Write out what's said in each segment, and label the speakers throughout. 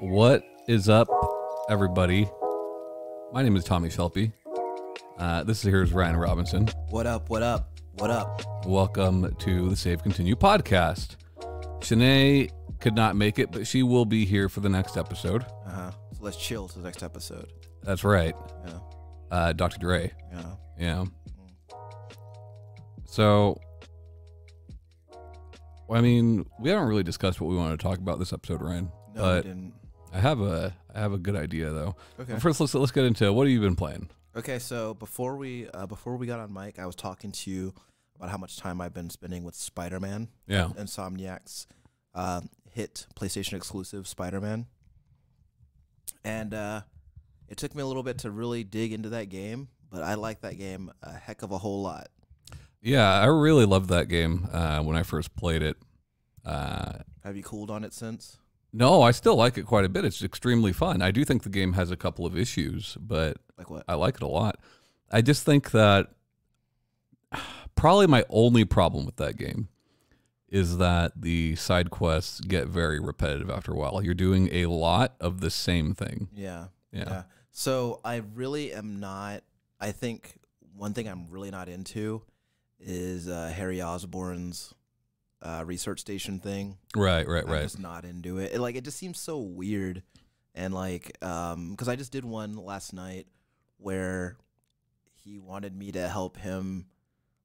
Speaker 1: What is up, everybody? My name is Tommy Shelby. Uh, this is here's Ryan Robinson.
Speaker 2: What up? What up? What up?
Speaker 1: Welcome to the Save Continue podcast. Shanae could not make it, but she will be here for the next episode.
Speaker 2: Uh huh. So let's chill to the next episode.
Speaker 1: That's right,
Speaker 2: Yeah.
Speaker 1: uh, Dr. Dre.
Speaker 2: Yeah.
Speaker 1: Yeah. So, well, I mean, we haven't really discussed what we want to talk about this episode, Ryan.
Speaker 2: No, we
Speaker 1: but
Speaker 2: didn't.
Speaker 1: I have a I have a good idea though.
Speaker 2: Okay.
Speaker 1: First, let's let's get into what have you been playing?
Speaker 2: Okay. So before we uh, before we got on mic, I was talking to you about how much time I've been spending with Spider Man,
Speaker 1: Yeah.
Speaker 2: Insomniac's uh, hit PlayStation exclusive Spider Man, and uh, it took me a little bit to really dig into that game, but I like that game a heck of a whole lot.
Speaker 1: Yeah, I really loved that game uh, when I first played it. Uh,
Speaker 2: Have you cooled on it since?
Speaker 1: no, I still like it quite a bit. It's extremely fun. I do think the game has a couple of issues, but
Speaker 2: Like what?
Speaker 1: I like it a lot. I just think that probably my only problem with that game is that the side quests get very repetitive after a while. You're doing a lot of the same thing.
Speaker 2: Yeah.
Speaker 1: Yeah.
Speaker 2: Yeah. So I really am not. I think one thing I'm really not into is uh, Harry Osborne's uh, research station thing.
Speaker 1: Right, right,
Speaker 2: I'm
Speaker 1: right.
Speaker 2: just not into it. It, Like it just seems so weird, and like um, because I just did one last night where he wanted me to help him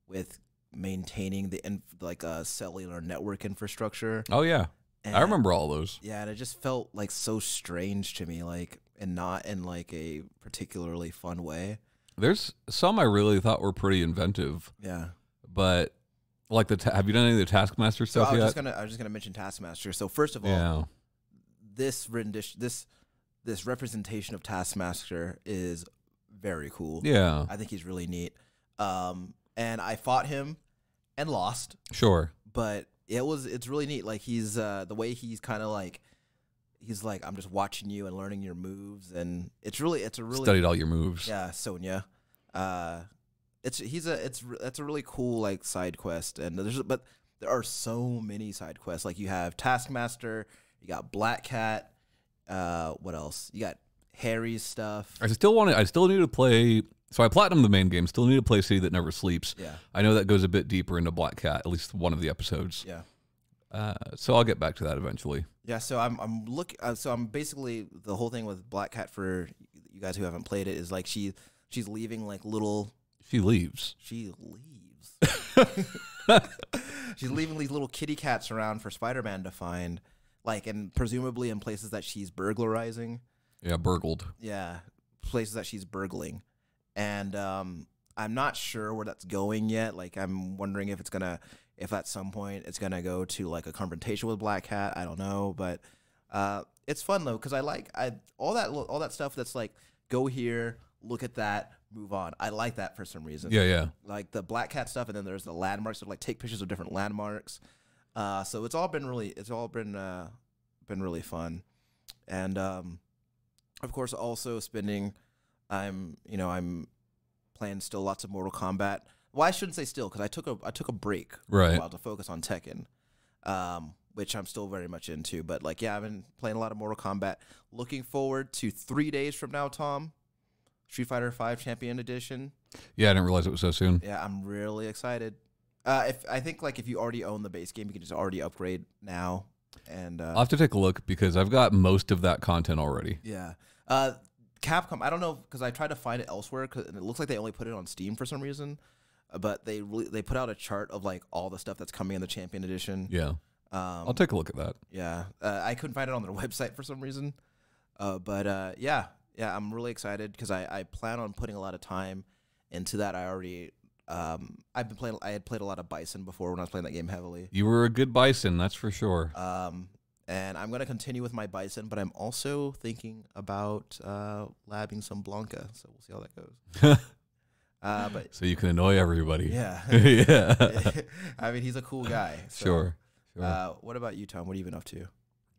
Speaker 2: with maintaining the inf- like uh, cellular network infrastructure.
Speaker 1: oh yeah.
Speaker 2: And
Speaker 1: I remember all those.
Speaker 2: yeah, and it just felt like so strange to me, like and not in like a particularly fun way.
Speaker 1: There's some I really thought were pretty inventive,
Speaker 2: Yeah.
Speaker 1: but like the ta- have you done any of the Taskmaster
Speaker 2: So
Speaker 1: stuff
Speaker 2: I was
Speaker 1: yet?
Speaker 2: just gonna I was just gonna mention Taskmaster. So first of all,
Speaker 1: yeah.
Speaker 2: this rendition this this representation of Taskmaster is very cool.
Speaker 1: Yeah.
Speaker 2: I think he's really neat. Um and I fought him and lost.
Speaker 1: Sure.
Speaker 2: but it was it's really neat like he's uh the way he's kind of like he's like i'm just watching you and learning your moves and it's really it's a really
Speaker 1: Studied all your moves.
Speaker 2: yeah sonia uh it's he's a it's re- that's a really cool like side quest and there's but there are so many side quests like you have taskmaster you got black cat uh what else you got harry's stuff
Speaker 1: I still want to I still need to play so I platinum the main game, still need to play City That Never Sleeps.
Speaker 2: yeah
Speaker 1: I know that goes a bit deeper into Black Cat, at least one of the episodes.
Speaker 2: yeah
Speaker 1: Uh, so I'll get back to that eventually.
Speaker 2: Yeah, so I'm I'm look uh, so I'm basically the whole thing with Black Cat for you guys who haven't played it is like she she's leaving like little
Speaker 1: She leaves.
Speaker 2: she leaves. she's leaving these little kitty cats around for Spider-Man to find like and presumably in places that she's burglarizing.
Speaker 1: Yeah, burgled.
Speaker 2: Yeah, places that she's burgling. And um I'm not sure where that's going yet. Like I'm wondering if it's going to if at some point it's going to go to like a confrontation with Black Cat, I don't know, but uh it's fun though cuz I like I all that lo- all that stuff that's like go here, look at that, move on. I like that for some reason.
Speaker 1: Yeah, yeah.
Speaker 2: Like the Black Cat stuff and then there's the landmarks of like take pictures of different landmarks. Uh so it's all been really it's all been uh been really fun. And um of course also spending i'm you know i'm playing still lots of mortal kombat well i shouldn't say still because i took a i took a break for a
Speaker 1: Right.
Speaker 2: while to focus on tekken um which i'm still very much into but like yeah i've been playing a lot of mortal kombat looking forward to three days from now tom street fighter 5 champion edition
Speaker 1: Yeah, I didn't realize it was so soon.
Speaker 2: yeah i'm really excited uh if i think like if you already own the base game you can just already upgrade now and uh
Speaker 1: I'll have to take a look because I've got most of that content already.
Speaker 2: Yeah. Uh, Capcom. I don't know because I tried to find it elsewhere, 'cause- and it looks like they only put it on Steam for some reason. uh, But they really, they put out a chart of like all the stuff that's coming in the Champion Edition.
Speaker 1: Yeah.
Speaker 2: Um,
Speaker 1: I'll take a look at that.
Speaker 2: yeah. Uh, I couldn't find it on their website for some reason. Uh, but uh, yeah, yeah, I'm really excited because I, I plan on putting a lot of time into that. I already. Um, I've been playing. I had played a lot of Bison before when I was playing that game heavily.
Speaker 1: You were a good bison, that's for sure.
Speaker 2: Um, and I'm gonna continue with my bison, but I'm also thinking about uh, labbing some blanca. So we'll see how that goes. uh, but
Speaker 1: So you can annoy everybody.
Speaker 2: yeah,
Speaker 1: yeah.
Speaker 2: I mean he's a cool guy. so,
Speaker 1: Sure. Sure.
Speaker 2: Uh, what about you, Tom? What have you been up to?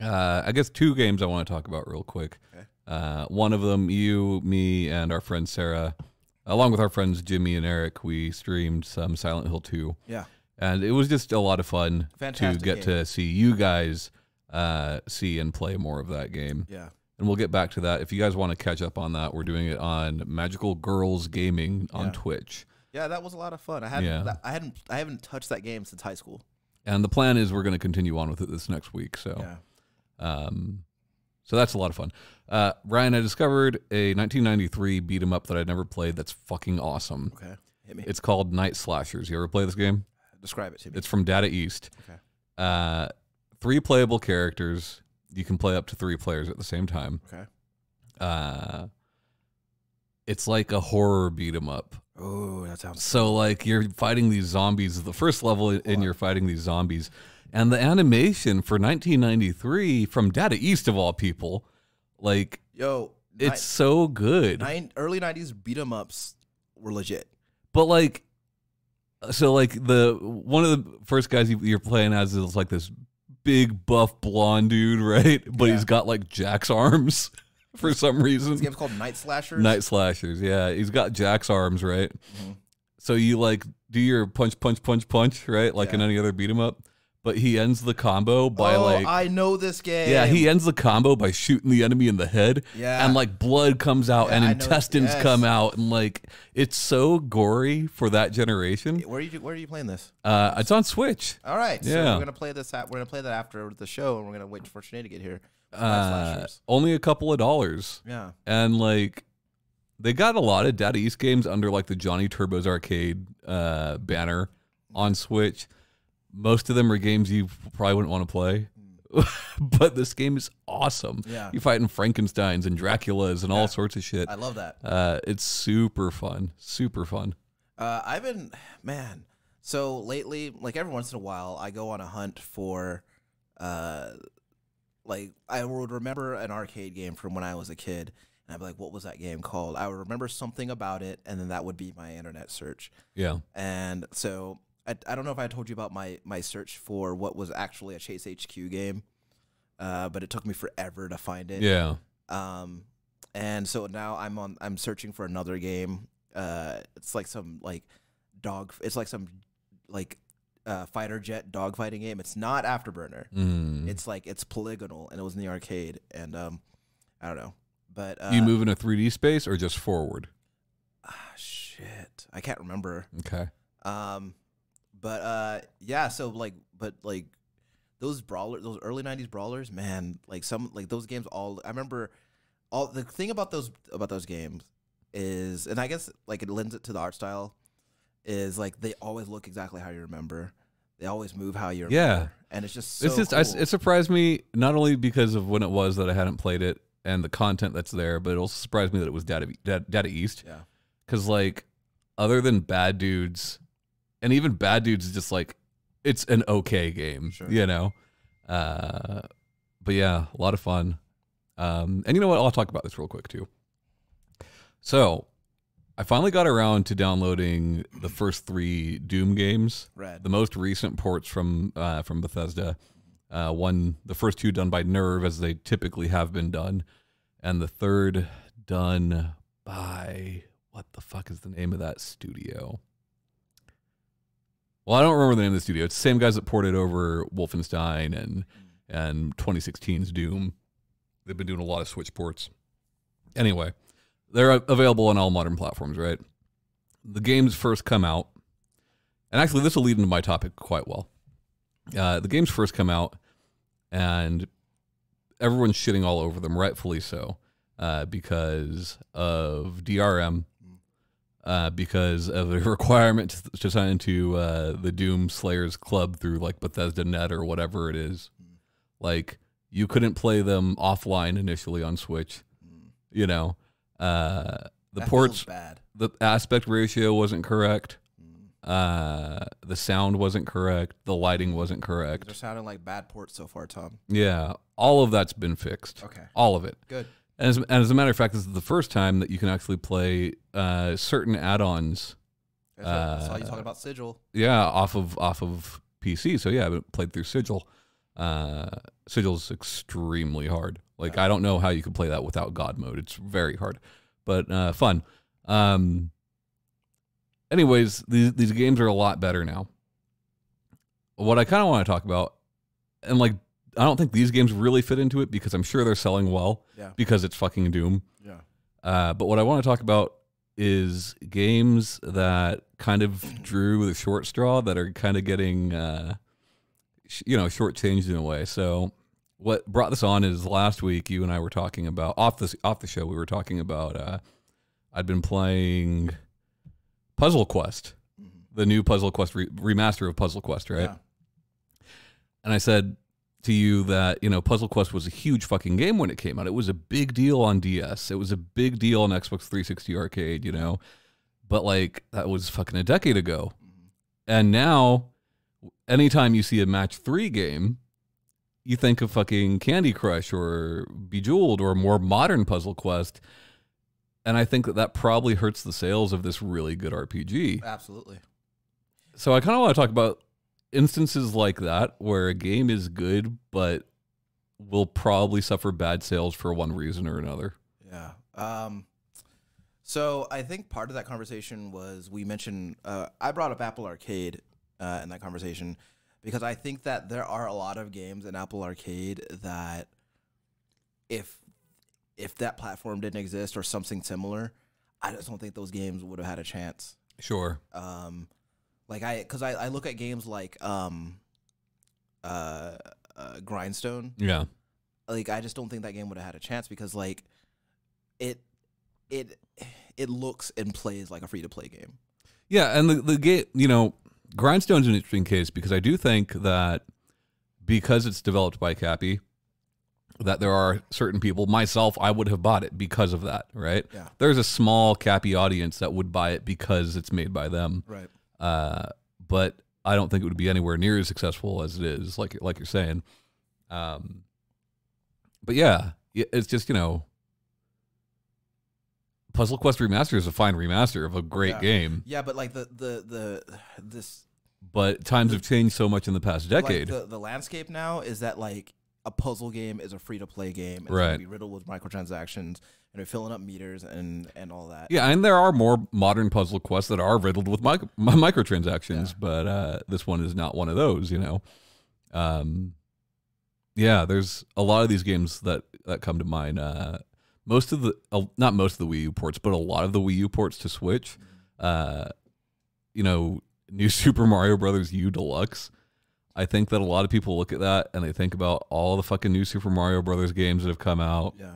Speaker 1: Uh, I guess two games I want to talk about real quick.
Speaker 2: Okay.
Speaker 1: Uh, one of them, you, me, and our friend Sarah, along with our friends Jimmy and Eric, we streamed some Silent Hill 2.
Speaker 2: Yeah,
Speaker 1: And it was just a lot of fun
Speaker 2: Fantastic
Speaker 1: to get
Speaker 2: game.
Speaker 1: to see you guys uh, see and play more of that game.
Speaker 2: Yeah.
Speaker 1: And we'll get back to that. If you guys want to catch up on that, we're doing it on Magical Girls Gaming on
Speaker 2: Yeah.
Speaker 1: Twitch.
Speaker 2: Yeah, that was a lot of fun. I hadn't,
Speaker 1: Yeah.
Speaker 2: that- I hadn't, I haven't touched that game since high school.
Speaker 1: And the plan is we're going to continue on with it this next week. So.
Speaker 2: Yeah.
Speaker 1: Um, so that's a lot of fun. Uh, Ryan, I discovered a 1993 beat 'em up that I'd never played. That's fucking awesome.
Speaker 2: Okay. Hit me.
Speaker 1: It's called Night Slashers. You ever play this game?
Speaker 2: Describe it to me.
Speaker 1: It's from Data East.
Speaker 2: Okay.
Speaker 1: Uh, three playable characters. You can play up to three players at the same time.
Speaker 2: Okay.
Speaker 1: Uh, it's like a horror beat 'em up.
Speaker 2: Oh, that sounds.
Speaker 1: So like you're fighting these zombies at the first level, and you're fighting these zombies, and the animation for 1993 from Data East of all people, like
Speaker 2: Yo,
Speaker 1: it's so good.
Speaker 2: nine, early '90s beat 'em ups were legit.
Speaker 1: But like, so like the one of the first guys you, you're playing as is like this big buff blonde dude, right? But
Speaker 2: Yeah.
Speaker 1: he's got like Jack's arms for some reason.
Speaker 2: This game's called Night Slashers.
Speaker 1: Night slashers, yeah. He's got Jack's arms, right?
Speaker 2: Mhm.
Speaker 1: So you like do your punch, punch, punch, punch, right? Like in
Speaker 2: Yeah.
Speaker 1: any other beat 'em up. But he ends the combo by
Speaker 2: oh,
Speaker 1: like
Speaker 2: I know this game.
Speaker 1: Yeah, he ends the combo by shooting the enemy in the head.
Speaker 2: Yeah.
Speaker 1: And like blood comes out
Speaker 2: Yeah,
Speaker 1: and
Speaker 2: I know-
Speaker 1: intestines
Speaker 2: yes.
Speaker 1: come out and like it's so gory for that generation.
Speaker 2: Where are you? Where are you playing this?
Speaker 1: Uh it's on Switch.
Speaker 2: All right. So
Speaker 1: Yeah.
Speaker 2: we're gonna play this. At, we're gonna play that after the show, and we're gonna wait for Sinead to get here. Night
Speaker 1: Uh,
Speaker 2: Slashers.
Speaker 1: only a couple of dollars.
Speaker 2: Yeah.
Speaker 1: And like they got a lot of Data East games under like the Johnny Turbo's arcade uh banner on Switch. Most of them are games you probably wouldn't want to play. but this game is awesome.
Speaker 2: Yeah.
Speaker 1: You fighting Frankensteins and Draculas and all sorts of shit.
Speaker 2: I love that.
Speaker 1: Uh, it's super fun, super fun.
Speaker 2: Uh, I've been, man. So lately, like every once in a while, I go on a hunt for, uh, like I would remember an arcade game from when I was a kid, and I'd be like, "What was that game called?" I would remember something about it, and then that would be my internet search.
Speaker 1: Yeah,
Speaker 2: And so I, I don't know if I told you about my my search for what was actually a Chase HQ game, uh, but it took me forever to find it.
Speaker 1: yeah,
Speaker 2: Um, and so now I'm on. I'm searching for another game. Uh, it's like some like dog. It's like some like uh, fighter jet dog fighting game. It's not Afterburner.
Speaker 1: Mm.
Speaker 2: It's like it's polygonal, and it was in the arcade. And um, I don't know, but uh,
Speaker 1: you move in a 3D space or just forward?
Speaker 2: ah, shit, I can't remember.
Speaker 1: Okay.
Speaker 2: Um, but uh, yeah. So like, but like those brawler, those early '90s brawlers, man. Like some, like those games. All I remember. All the thing about those about those games is, and I guess like it lends it to the art style, is like they always look exactly how you remember. They always move how you
Speaker 1: Yeah.
Speaker 2: remember. And it's just so
Speaker 1: it's just I,
Speaker 2: cool.
Speaker 1: it surprised me not only because of when it was that I hadn't played it and the content that's there, but it also surprised me that it was Data Data, Data East
Speaker 2: yeah.
Speaker 1: because like other than Bad Dudes, and even Bad Dudes is just like it's an okay game,
Speaker 2: Sure.
Speaker 1: you know. Uh, but yeah, a lot of fun. Um, and you know what? I'll talk about this real quick too. So, I finally got around to downloading the first three Doom games,
Speaker 2: Red.
Speaker 1: the most recent ports from uh, from Bethesda. Uh, one, the first two done by Nerve, as they typically have been done, and the third done by what the fuck is the name of that studio? Well, I don't remember the name of the studio. It's the same guys that ported over Wolfenstein and and 2016's Doom. They've been doing a lot of Switch ports. Anyway, they're a- available on all modern platforms, right? The games first come out, and actually, this will lead into my topic quite well. Uh, the games first come out, and everyone's shitting all over them, rightfully so, uh, because of DRM, uh, because of a requirement to, to sign into uh, the Doom Slayers Club through like Bethesda Net or whatever it is. Like you couldn't play them offline initially on Switch, you know. Uh, the
Speaker 2: That feels
Speaker 1: ports
Speaker 2: bad.
Speaker 1: the aspect ratio wasn't correct. Uh, the sound wasn't correct. The lighting wasn't
Speaker 2: They're
Speaker 1: correct.
Speaker 2: sounding like bad ports so far, Tom.
Speaker 1: Yeah, all of that's been fixed.
Speaker 2: Okay.
Speaker 1: All of it.
Speaker 2: Good.
Speaker 1: And as, and as a matter of fact, this is the first time that you can actually play uh, certain add-ons.
Speaker 2: I saw, I saw you
Speaker 1: Uh,
Speaker 2: talking about Sigil.
Speaker 1: Yeah, off of off of PC. So yeah, I've played through Sigil. Uh, Sigil's extremely hard. Like I don't know how you could play that without God mode. It's very hard, but uh, fun. Um, anyways, these these games are a lot better now. What I kind of want to talk about, and like I don't think these games really fit into it because I'm sure they're selling well
Speaker 2: Yeah.
Speaker 1: because it's fucking Doom.
Speaker 2: Yeah.
Speaker 1: Uh, but what I want to talk about is games that kind of drew the short straw that are kind of getting, uh, sh- you know, shortchanged in a way. So what brought this on is last week you and I were talking about off the off the show. We were talking about uh, I'd been playing Puzzle Quest,
Speaker 2: Mm-hmm.
Speaker 1: the new Puzzle Quest re- remaster of Puzzle Quest, right?
Speaker 2: Yeah.
Speaker 1: and I said to you that you know Puzzle Quest was a huge fucking game when it came out. It was a big deal on DS. It was a big deal on Xbox 360 Arcade. You know, but like that was fucking a decade ago, and now anytime you see a match three game. You think of fucking Candy Crush or Bejeweled or more modern Puzzle Quest, and I think that that probably hurts the sales of this really good RPG
Speaker 2: Absolutely.
Speaker 1: so I kind of want to talk about instances like that where a game is good but will probably suffer bad sales for one reason or another.
Speaker 2: Yeah. Um, so I think part of that conversation was we mentioned uh, I brought up Apple Arcade uh, in that conversation because I think that there are a lot of games in Apple Arcade that if if that platform didn't exist or something similar, I just don't think those games would have had a chance.
Speaker 1: Sure.
Speaker 2: Um, like I because I, I look at games like um, uh, uh, Grindstone
Speaker 1: Yeah.
Speaker 2: like I just don't think that game would have had a chance because like it it it looks and plays like a free to play game.
Speaker 1: Yeah, and the the game, you know, Grindstone's an interesting case because I do think that because it's developed by Cappy, that there are certain people, myself, I would have bought it because of that, right?
Speaker 2: Yeah.
Speaker 1: There's a small Cappy audience that would buy it because it's made by them.
Speaker 2: Right.
Speaker 1: uh, but I don't think it would be anywhere near as successful as it is, like like you're saying. Um, but yeah, y- it's just you know, Puzzle Quest Remaster is a fine remaster of a great
Speaker 2: Yeah.
Speaker 1: game,
Speaker 2: Yeah, but like the the the this
Speaker 1: but times have changed so much in the past decade.
Speaker 2: Like the, the landscape now is that like a puzzle game is a free to play game. It's
Speaker 1: Right.
Speaker 2: Be riddled with microtransactions and you're filling up meters and and all that.
Speaker 1: yeah, and there are more modern puzzle quests that are riddled with micro- microtransactions, but uh, this one is not one of those. You know, um, yeah, there's a lot of these games that that come to mind. Uh, most of the uh, not most of the Wii U ports, but a lot of the Wii U ports to Switch. Uh, you know, new Super Mario Brothers U Deluxe. I think that a lot of people look at that and they think about all the fucking new Super Mario Brothers games that have come out
Speaker 2: Yeah.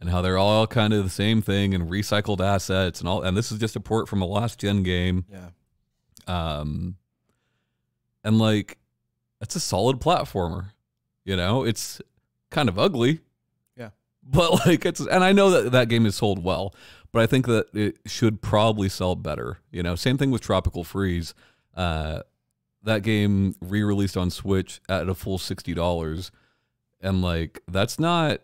Speaker 1: and how they're all kind of the same thing and recycled assets and all and this is just a port from a last gen game
Speaker 2: Yeah.
Speaker 1: um and like it's a solid platformer you know it's kind of ugly
Speaker 2: Yeah.
Speaker 1: but like it's and i know that that game is sold well but i think that it should probably sell better you know same thing with tropical freeze uh that game re-released on switch at a full $60 and like that's not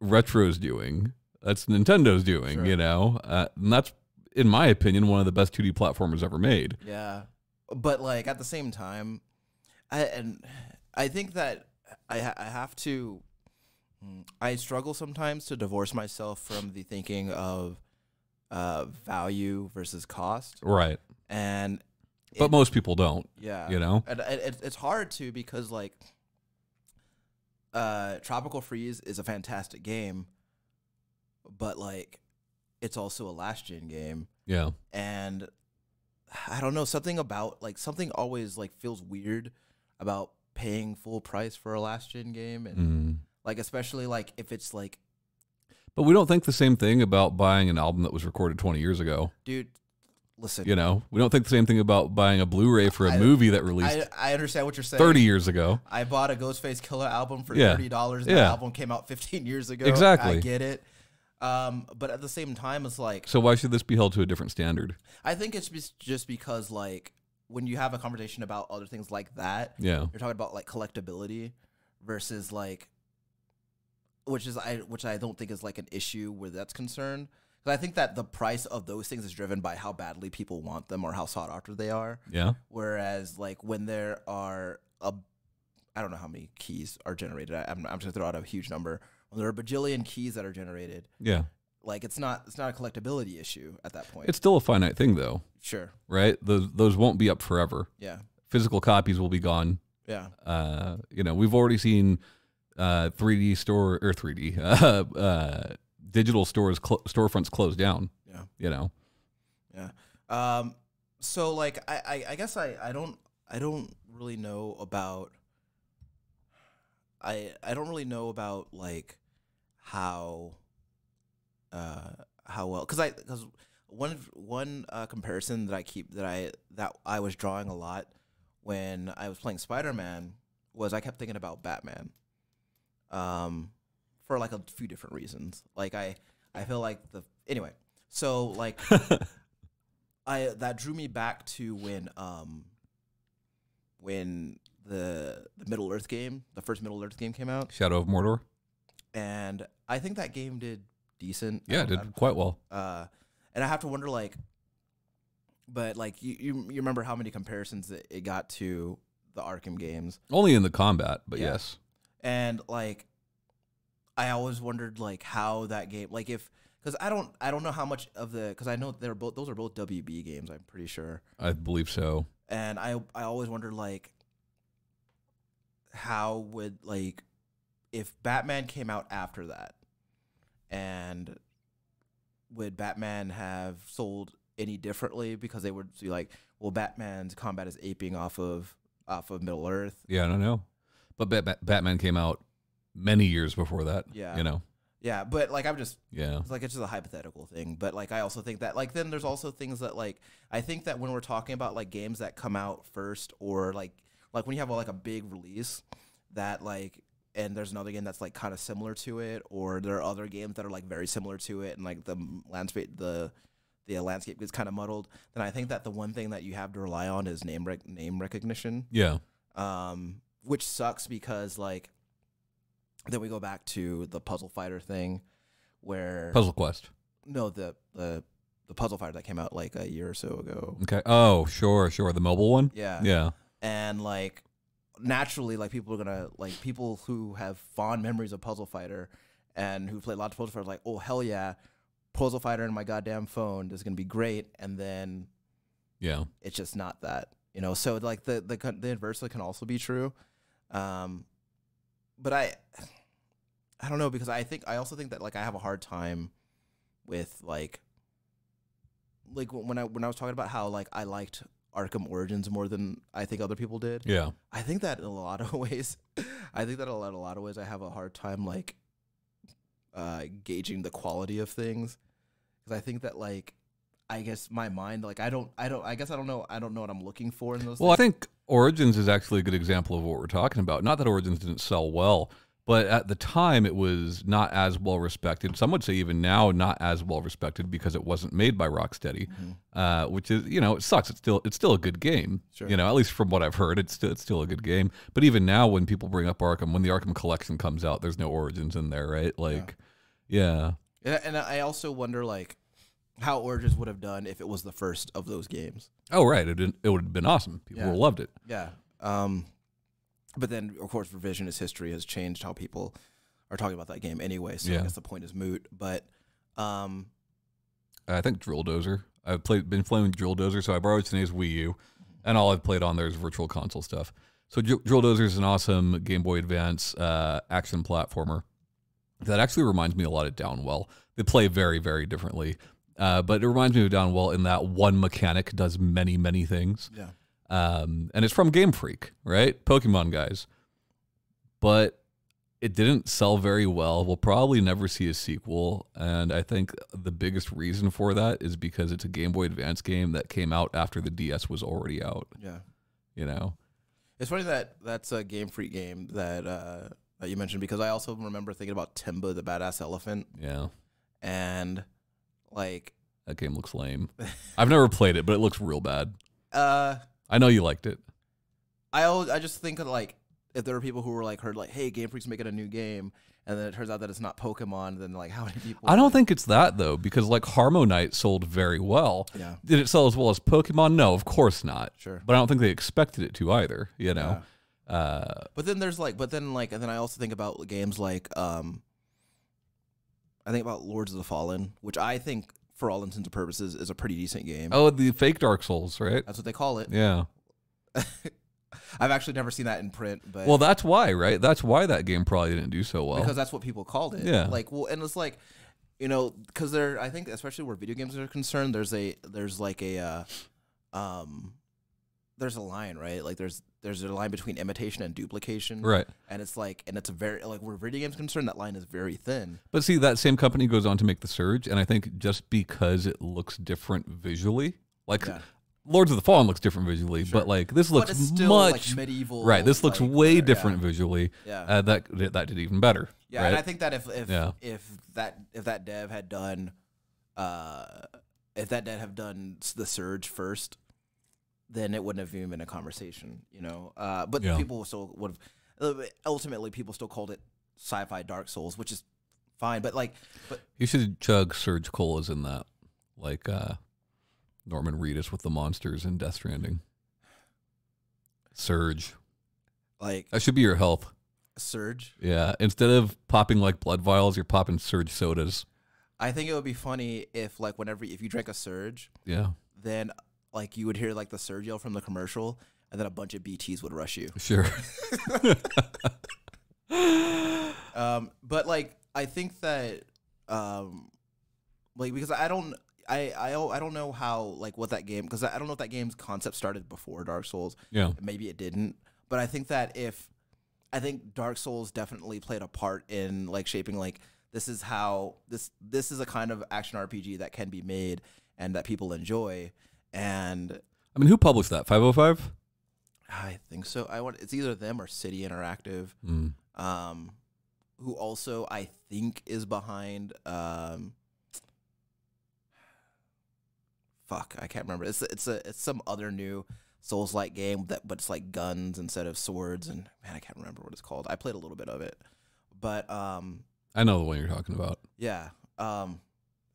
Speaker 1: retro's doing that's nintendo's doing
Speaker 2: Sure.
Speaker 1: you know uh, and that's in my opinion one of the best 2d platformers ever made
Speaker 2: Yeah, but like at the same time, I and I think that I ha- I have to. mm, I struggle sometimes to divorce myself from the thinking of uh, value versus cost,
Speaker 1: Right.
Speaker 2: and
Speaker 1: But
Speaker 2: It- Uh,
Speaker 1: most people don't,
Speaker 2: yeah,
Speaker 1: you know?
Speaker 2: and it, it- it's hard to because like uh tropical freeze is a fantastic game but like it's also a last gen game
Speaker 1: Yeah.
Speaker 2: and I don't know something about like something always like feels weird about paying full price for a last gen game and
Speaker 1: Mm.
Speaker 2: like especially like if it's like
Speaker 1: But we don't think the same thing about buying an album that was recorded 20 years ago.
Speaker 2: dude listen
Speaker 1: You know, we don't think the same thing about buying a Blu ray for a
Speaker 2: I-
Speaker 1: movie that released
Speaker 2: I, I understand what you're saying
Speaker 1: 30 years ago.
Speaker 2: I bought a Ghostface Killer album for
Speaker 1: Yeah.
Speaker 2: thirty dollars. The
Speaker 1: Yeah.
Speaker 2: album came out fifteen years ago.
Speaker 1: Exactly.
Speaker 2: I get it. Um, but at the same time, it's like
Speaker 1: So why should this be held to a different standard?
Speaker 2: I think it's just- just because like when you have a conversation about other things like that,
Speaker 1: Yeah.
Speaker 2: you're talking about like collectability versus like which is I which I don't think is like an issue where that's concerned. But I think that the price of those things is driven by how badly people want them or how sought after they are.
Speaker 1: Yeah.
Speaker 2: Whereas like when there are a I don't know how many keys are generated. I, I'm, I'm just gonna throw out a huge number. When there are a bajillion keys that are generated,
Speaker 1: Yeah.
Speaker 2: like it's not it's not a collectability issue at that point.
Speaker 1: It's still a finite thing, though,
Speaker 2: sure.
Speaker 1: right? Those, those won't be up forever.
Speaker 2: Yeah.
Speaker 1: Physical copies will be gone
Speaker 2: Yeah.
Speaker 1: Uh, you know, we've already seen uh, 3D store or 3D uh, uh, digital stores cl- storefronts close down.
Speaker 2: Yeah.
Speaker 1: You know,
Speaker 2: Um, so like I, I, I guess I, I don't I don't really know about I I don't really know about like how uh how well because I because one one uh, comparison that I keep that I that I was drawing a lot when I was playing Spider Man was I kept thinking about Batman, um, for like a few different reasons. Like I I feel like the anyway. So like I that drew me back to when um when the the Middle Earth game, the first Middle Earth game came out,
Speaker 1: Shadow of Mordor.
Speaker 2: and I think that game did decent. I
Speaker 1: Yeah, it
Speaker 2: don't- I
Speaker 1: did quite well.
Speaker 2: uh, and I have to wonder like, but like you you, you remember how many comparisons it, it got to the Arkham games,
Speaker 1: Only in the combat, but
Speaker 2: Yeah.
Speaker 1: yes.
Speaker 2: and like, I always wondered like how that game like if because I don't I don't know how much of the because I know they're both those are both WB games I'm pretty sure,
Speaker 1: I believe so.
Speaker 2: and I I always wondered like how would like if Batman came out after that and would Batman have sold any differently because they would be like well Batman's combat is aping off of off of Middle Earth
Speaker 1: Yeah, I don't know. But Bat- Bat- Batman came out many years before that.
Speaker 2: Yeah.
Speaker 1: You know,
Speaker 2: yeah but like I'm just
Speaker 1: yeah.
Speaker 2: It's like it's just a hypothetical thing, but like I also think that like then there's also things that like I think that when we're talking about like games that come out first or like like when you have like a big release that like and there's another game that's like kind of similar to it or there are other games that are like very similar to it and like the m- landscape the the uh, landscape gets kind of muddled, then I think that the one thing that you have to rely on is name rec- name recognition
Speaker 1: Yeah.
Speaker 2: um, which sucks because like then we go back to the puzzle fighter thing where
Speaker 1: Puzzle Quest.
Speaker 2: no the the the puzzle fighter that came out like a year or so ago
Speaker 1: Okay. Oh, sure, sure. The mobile one?
Speaker 2: yeah,
Speaker 1: Yeah.
Speaker 2: and like naturally like people are gonna like people who have fond memories of puzzle fighter and who played a lot of puzzle fighter are like oh hell yeah puzzle fighter in my goddamn phone is gonna be great and then
Speaker 1: Yeah.
Speaker 2: it's just not that you know so like the the con- the inversely can also be true um but i i don't know because i think i also think that like i have a hard time with like like wh- when i when i was talking about how like i liked arkham origins more than i think other people did
Speaker 1: Yeah.
Speaker 2: i think that in a lot of ways i think that in a lot, a lot of ways i have a hard time like uh gauging the quality of things because i think that like i guess my mind like i don't i don't i guess i don't know i don't know what i'm looking for in those
Speaker 1: Well, I think Origins is actually a good example of what we're talking about. Not that Origins didn't sell well, but at the time it was not as well respected. Some would say even now not as well respected because it wasn't made by Rocksteady, uh, which is you know it sucks. It's still it's still a good game.
Speaker 2: Mm-hmm. Sure.
Speaker 1: You know, at least from what I've heard, it's still it's still a good game. But even now, when people bring up Arkham, when the Arkham Collection comes out, there's no Origins in there, right? Like, yeah,
Speaker 2: And I, and I also wonder like how Origins would have done if it was the first of those games.
Speaker 1: oh right, it it would have been awesome. People
Speaker 2: Yeah.
Speaker 1: would have loved it.
Speaker 2: Yeah. Um, but then of course revisionist history has changed how people are talking about that game anyway. So
Speaker 1: Yeah.
Speaker 2: I guess the point is moot. But um,
Speaker 1: I think Drill Dozer. I've played been playing with Drill Dozer, so I borrowed Sinead's Wii U, and all I've played on there is Virtual Console stuff. So Dr- Drill Dozer is an awesome Game Boy Advance uh, action platformer that actually reminds me a lot of Downwell. They play very very differently, uh, but it reminds me of Downwell in that one mechanic does many many things
Speaker 2: yeah,
Speaker 1: um, and it's from Game Freak, right? Pokemon guys, but it didn't sell very well. We'll probably never see a sequel, and I think the biggest reason for that is because it's a Game Boy Advance game that came out after the DS was already out.
Speaker 2: yeah.
Speaker 1: You know,
Speaker 2: It's funny that that's a Game Freak game that uh, that you mentioned because I also remember thinking about Timba the Badass Elephant
Speaker 1: yeah,
Speaker 2: and like
Speaker 1: that game looks lame. I've never played it, but it looks real bad.
Speaker 2: uh,
Speaker 1: I know you liked it.
Speaker 2: I always, I just think of like if there were people who were like heard like hey Game Freak's making a new game and then it turns out that it's not Pokemon then like how many people
Speaker 1: I don't think it's that though, because like Harmonite sold very well.
Speaker 2: yeah
Speaker 1: Did it sell as well as Pokemon? No, of course not.
Speaker 2: sure
Speaker 1: But I don't think they expected it to either. You know. Uh,
Speaker 2: But then there's like, but then like, and then I also think about games like, um, I think about Lords of the Fallen, which I think, for all intents and purposes, is a pretty decent game.
Speaker 1: Oh, the fake Dark Souls, right?
Speaker 2: That's what they call it.
Speaker 1: Yeah.
Speaker 2: I've actually never seen that in print, but
Speaker 1: Well, that's why, right? That's why that game probably didn't do so well.
Speaker 2: because that's what people called it.
Speaker 1: Yeah.
Speaker 2: Like, well, and it's like, you know, because there, I think, especially where video games are concerned, there's a, there's like a, uh, um, there's a line, right? Like, there's, there's a line between imitation and duplication,
Speaker 1: right.
Speaker 2: And it's like, and it's a very, like, where video games are concerned, that line is very thin.
Speaker 1: But see, that same company goes on to make The Surge, and I think just because it looks different visually, like
Speaker 2: Yeah.
Speaker 1: Lords of the Fallen looks different visually, but like this
Speaker 2: But
Speaker 1: looks
Speaker 2: it's still
Speaker 1: much
Speaker 2: like medieval,
Speaker 1: right. This looks
Speaker 2: like,
Speaker 1: way
Speaker 2: yeah.
Speaker 1: different visually.
Speaker 2: Yeah.
Speaker 1: Uh, that that did even better.
Speaker 2: Yeah,
Speaker 1: right?
Speaker 2: and I think that if if
Speaker 1: Yeah.
Speaker 2: if that if that dev had done, uh, if that dev had done s- the surge first, then it wouldn't have even been a conversation, you know. Uh, but
Speaker 1: Yeah.
Speaker 2: people still would have. uh, Ultimately, people still called it sci-fi Dark Souls, which is fine. But like, but
Speaker 1: you should chug Surge Colas in that, like uh, Norman Reedus with the monsters in Death Stranding. Surge.
Speaker 2: like
Speaker 1: That should be your health.
Speaker 2: surge,
Speaker 1: Yeah. Instead of popping like blood vials, you're popping Surge sodas.
Speaker 2: I think it would be funny if like whenever if you drank a surge,
Speaker 1: Yeah.
Speaker 2: then like you would hear like the surge yell from the commercial, and then a bunch of BTS would rush you.
Speaker 1: Sure.
Speaker 2: Um, but like I think that um, like because I don't I I don't- I don't know how like what that game because I I don't know if that game's concept started before Dark Souls.
Speaker 1: yeah.
Speaker 2: Maybe it didn't, but I think that if I think Dark Souls definitely played a part in like shaping like this is how this this is a kind of action RPG that can be made and that people enjoy and
Speaker 1: I mean, who published that? 505?
Speaker 2: I think so. I want it's either them or City Interactive.
Speaker 1: Mm.
Speaker 2: um, who also I think is behind. Um, fuck, I can't remember. It's it's a it's some other new Souls like game that, but it's like guns instead of swords. And man, I can't remember what it's called. I played a little bit of it, but um,
Speaker 1: I know the one you're talking about.
Speaker 2: yeah, um,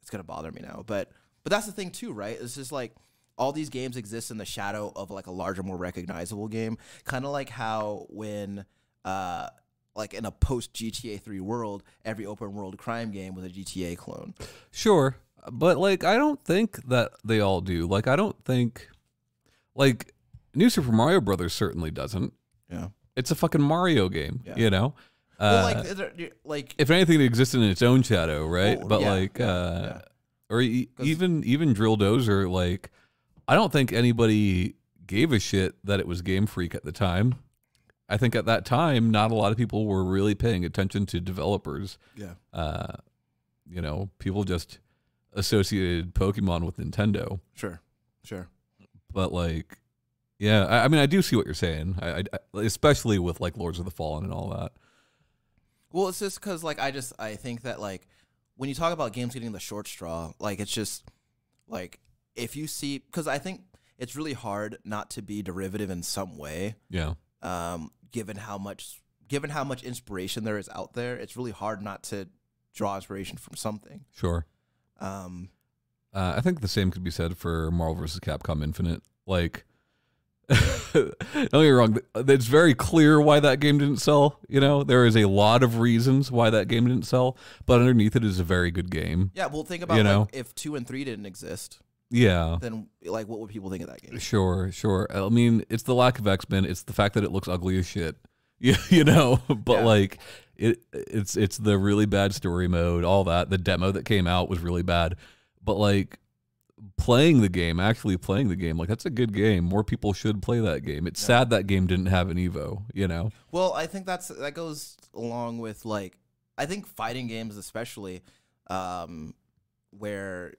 Speaker 2: it's gonna bother me now. But but that's the thing too, right? It's just like all these games exist in the shadow of like a larger, more recognizable game. Kind of like how when uh like in a post GTA three world, every open world crime game was a GTA clone.
Speaker 1: Sure. But like I don't think that they all do. Like I don't think like New Super Mario Brothers certainly doesn't.
Speaker 2: Yeah.
Speaker 1: It's a fucking Mario game,
Speaker 2: Yeah.
Speaker 1: you know?
Speaker 2: well,
Speaker 1: Uh,
Speaker 2: like is there- you- like
Speaker 1: if anything, it existed in its own shadow, right?
Speaker 2: Well,
Speaker 1: but
Speaker 2: Oh, yeah,
Speaker 1: like,
Speaker 2: yeah,
Speaker 1: uh,
Speaker 2: yeah.
Speaker 1: or e-
Speaker 2: 'Cause-
Speaker 1: even even Drill Dozer, like, I don't think anybody gave a shit that it was Game Freak at the time. I think at that time, not a lot of people were really paying attention to developers.
Speaker 2: Yeah.
Speaker 1: Uh, you know, people just associated Pokemon with Nintendo.
Speaker 2: sure, sure.
Speaker 1: But like, yeah, I, I mean, I do see what you're saying, I, I, I- especially with like Lords of the Fallen and all that.
Speaker 2: Well, it's just because like I just I think that like when you talk about games getting the short straw, like it's just like if you see because I think it's really hard not to be derivative in some way,
Speaker 1: Yeah,
Speaker 2: um, given how much given how much inspiration there is out there. It's really hard not to draw inspiration from something.
Speaker 1: sure.
Speaker 2: Um,
Speaker 1: Uh, I think the same could be said for Marvel vs. Capcom Infinite. Like, don't get me wrong, th- it's very clear why that game didn't sell. You know, there is a lot of reasons why that game didn't sell, but underneath it is a very good game.
Speaker 2: yeah, well, think about
Speaker 1: You know?
Speaker 2: like, if two and three didn't exist,
Speaker 1: Yeah,
Speaker 2: then like what would people think of that game?
Speaker 1: sure, sure. I mean, it's the lack of X Men, it's the fact that it looks ugly as shit. You, you know, but
Speaker 2: Yeah.
Speaker 1: like it, it's it's the really bad story mode, all that. The demo that came out was really bad, but like playing the game, actually playing the game, like that's a good game. More people should play that game. It's sad that game didn't have an Evo, you know?
Speaker 2: Well, I think that's that goes along with like I think fighting games especially um where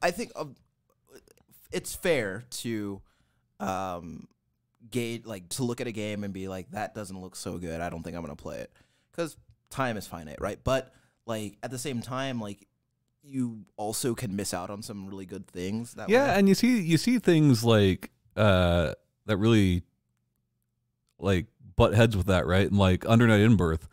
Speaker 2: I think um, it's fair to um gauge like to look at a game and be like that doesn't look so good. I don't think I'm going to play it cuz time is finite, right? But like at the same time like you also can miss out on some really good things that
Speaker 1: Yeah,
Speaker 2: way.
Speaker 1: and you see you see things like uh that really like butt heads with that, right? And like Undernight in Birth.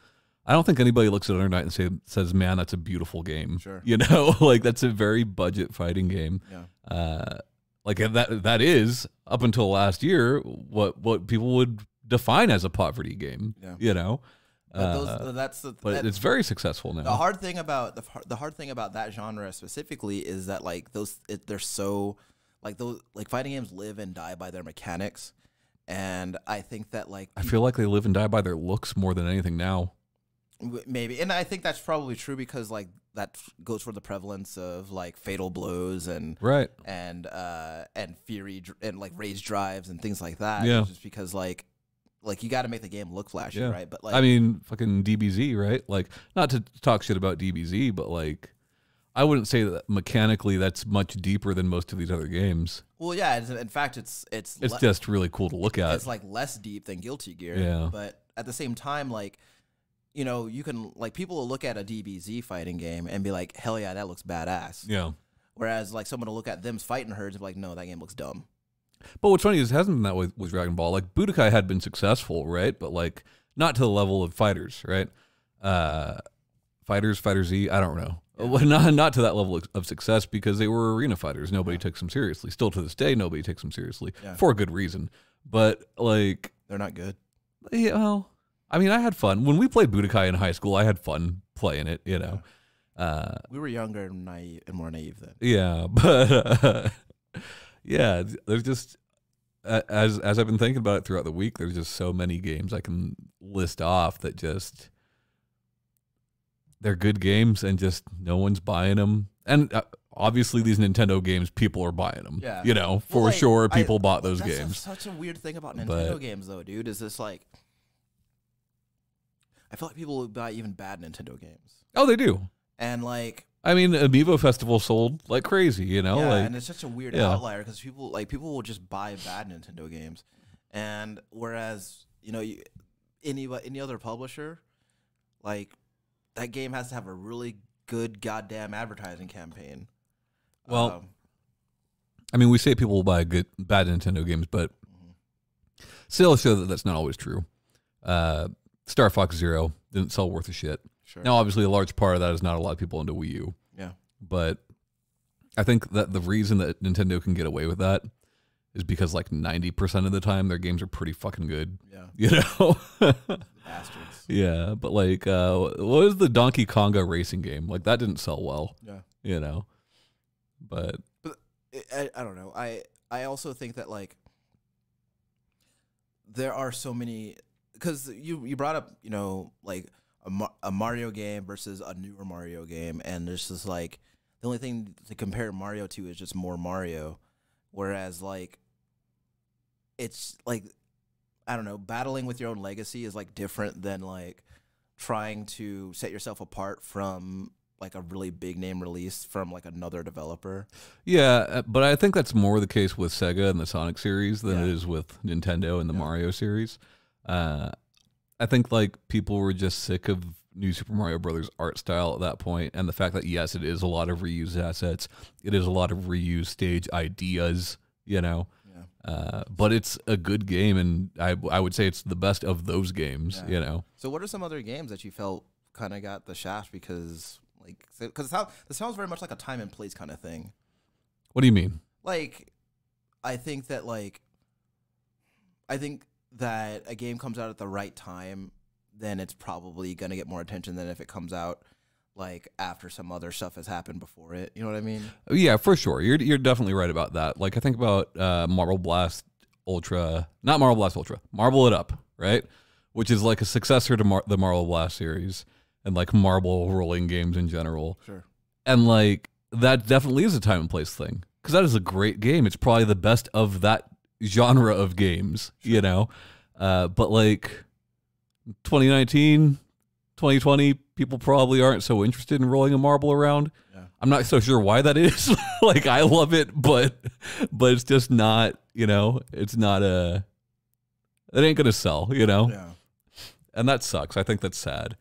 Speaker 1: I don't think anybody looks at Undernight and say, says, "Man, that's a beautiful game."
Speaker 2: Sure.
Speaker 1: You know, like that's a very budget fighting game.
Speaker 2: Yeah.
Speaker 1: Uh like and that that is up until last year what what people would define as a poverty game,
Speaker 2: Yeah.
Speaker 1: you know.
Speaker 2: But those,
Speaker 1: Uh,
Speaker 2: that's the
Speaker 1: but
Speaker 2: that-
Speaker 1: it's very successful now.
Speaker 2: The hard thing about the har- the hard thing about that genre specifically is that like those it, they're so like those like fighting games live and die by their mechanics, And I think that like
Speaker 1: I feel like they live and die by their looks more than anything now.
Speaker 2: w- maybe, and I think that's probably true because like that f- goes for the prevalence of like fatal blows and
Speaker 1: Right.
Speaker 2: and uh and fury dr- and like rage drives and things like that.
Speaker 1: Yeah.
Speaker 2: just because like like you got to make the game look flashy,
Speaker 1: Yeah.
Speaker 2: right? But like
Speaker 1: I mean, fucking DBZ, right? Like, not to talk shit about DBZ, but like, I wouldn't say that mechanically that's much deeper than most of these other games.
Speaker 2: Well, yeah. It's, in fact, it's it's
Speaker 1: It's
Speaker 2: le-
Speaker 1: just really cool to look at.
Speaker 2: it's like less deep than Guilty Gear.
Speaker 1: Uh, Yeah.
Speaker 2: But at the same time, like you know, you can like people will look at a DBZ fighting game and be like, "Hell yeah, that looks badass."
Speaker 1: yeah.
Speaker 2: Whereas like someone will look at them fighting herds and be like, "No, that game looks dumb."
Speaker 1: But what's funny is it hasn't been that way with Dragon Ball. Like Budokai had been successful, right? But like not to the level of Fighters, right? Uh, fighters, Fighter Z, I don't know. Well, Not not to that level of- of success because they were arena fighters. Nobody takes them seriously. Still to this day, nobody takes them seriously
Speaker 2: Yeah.
Speaker 1: for a good reason. But like,
Speaker 2: They're not good.
Speaker 1: yeah, well, I mean, I had fun when we played Budokai in high school. I had fun playing it, you know. Uh,
Speaker 2: We were younger and naive and more naive then.
Speaker 1: yeah, but uh, yeah, there's just a- as as I've been thinking about it throughout the week, there's just so many games I can list off that just they're good games and just no one's buying them. And uh, obviously, these Nintendo games, people are buying them.
Speaker 2: Yeah.
Speaker 1: you know, for
Speaker 2: Well, like,
Speaker 1: sure,
Speaker 2: I-
Speaker 1: people bought those
Speaker 2: That's a-
Speaker 1: games.
Speaker 2: such a weird thing about
Speaker 1: But-
Speaker 2: Nintendo games, though, dude. Is this like? I feel like people would buy even bad Nintendo games,
Speaker 1: Oh, they do.
Speaker 2: and like
Speaker 1: I mean, Amiibo Festival sold like crazy. You know,
Speaker 2: yeah,
Speaker 1: like
Speaker 2: and it's such a weird
Speaker 1: yeah.
Speaker 2: outlier because people like people will just buy bad Nintendo games, and whereas you know you, any any other publisher, like that game has to have a really good goddamn advertising campaign.
Speaker 1: Well,
Speaker 2: Um,
Speaker 1: I mean, we say people will buy good bad Nintendo games, but sales show that that's not always true. Uh, Star Fox Zero didn't sell worth a shit.
Speaker 2: sure,
Speaker 1: Now, obviously, a large part of that is not a lot of people into Wii U,
Speaker 2: Um, yeah,
Speaker 1: but I think that the reason that Nintendo can get away with that is because like ninety percent of the time their games are pretty fucking good.
Speaker 2: yeah,
Speaker 1: You know,
Speaker 2: bastards.
Speaker 1: yeah. But like, uh, what was the Donkey Konga racing game? Like that didn't sell well.
Speaker 2: Yeah.
Speaker 1: You know, but
Speaker 2: I, I don't know. I I also think that like there are so many because you you brought up you know like a, Mar- a Mario game versus a newer Mario game, and there's just like the only thing to compare Mario to is just more Mario, whereas like it's like I don't know, battling with your own legacy is like different than like trying to set yourself apart from like a really big name release from like another developer.
Speaker 1: Yeah, uh, but I think that's more the case with Sega and the Sonic series than it
Speaker 2: Yeah.
Speaker 1: is with Nintendo and the
Speaker 2: Yeah.
Speaker 1: Mario series. Uh, I think like people were just sick of New Super Mario Brothers art style at that point, and the fact that yes, it is a lot of reused assets, it is a lot of reused stage ideas, you know.
Speaker 2: Yeah.
Speaker 1: Uh, but it's a good game, and I I would say it's the best of those games,
Speaker 2: Yeah.
Speaker 1: you know.
Speaker 2: So, what are some other games that you felt kind of got the shaft because, like, because this sounds very much like a time and place kind of thing.
Speaker 1: What do you mean?
Speaker 2: Like, I think that like, I think that a game comes out at the right time, then it's probably gonna get more attention than if it comes out like after some other stuff has happened before it. You know what I mean?
Speaker 1: Yeah, for sure. You're you're definitely right about that. Like I think about uh, Marble Blast Ultra, not Marble Blast Ultra, Marble It Up, right? Which is like a successor to Mar- the Marble Blast series and like marble rolling games in general.
Speaker 2: Sure.
Speaker 1: And like that definitely is a time and place thing because that is a great game. It's probably the best of that genre of games, you know. Uh, but like 2019, 2020, people probably aren't so interested in rolling a marble around.
Speaker 2: Yeah.
Speaker 1: I'm not so sure why that is. like I love it, but but it's just not, you know, it's not a it ain't gonna sell, you know?
Speaker 2: Yeah.
Speaker 1: And that sucks. I think that's sad.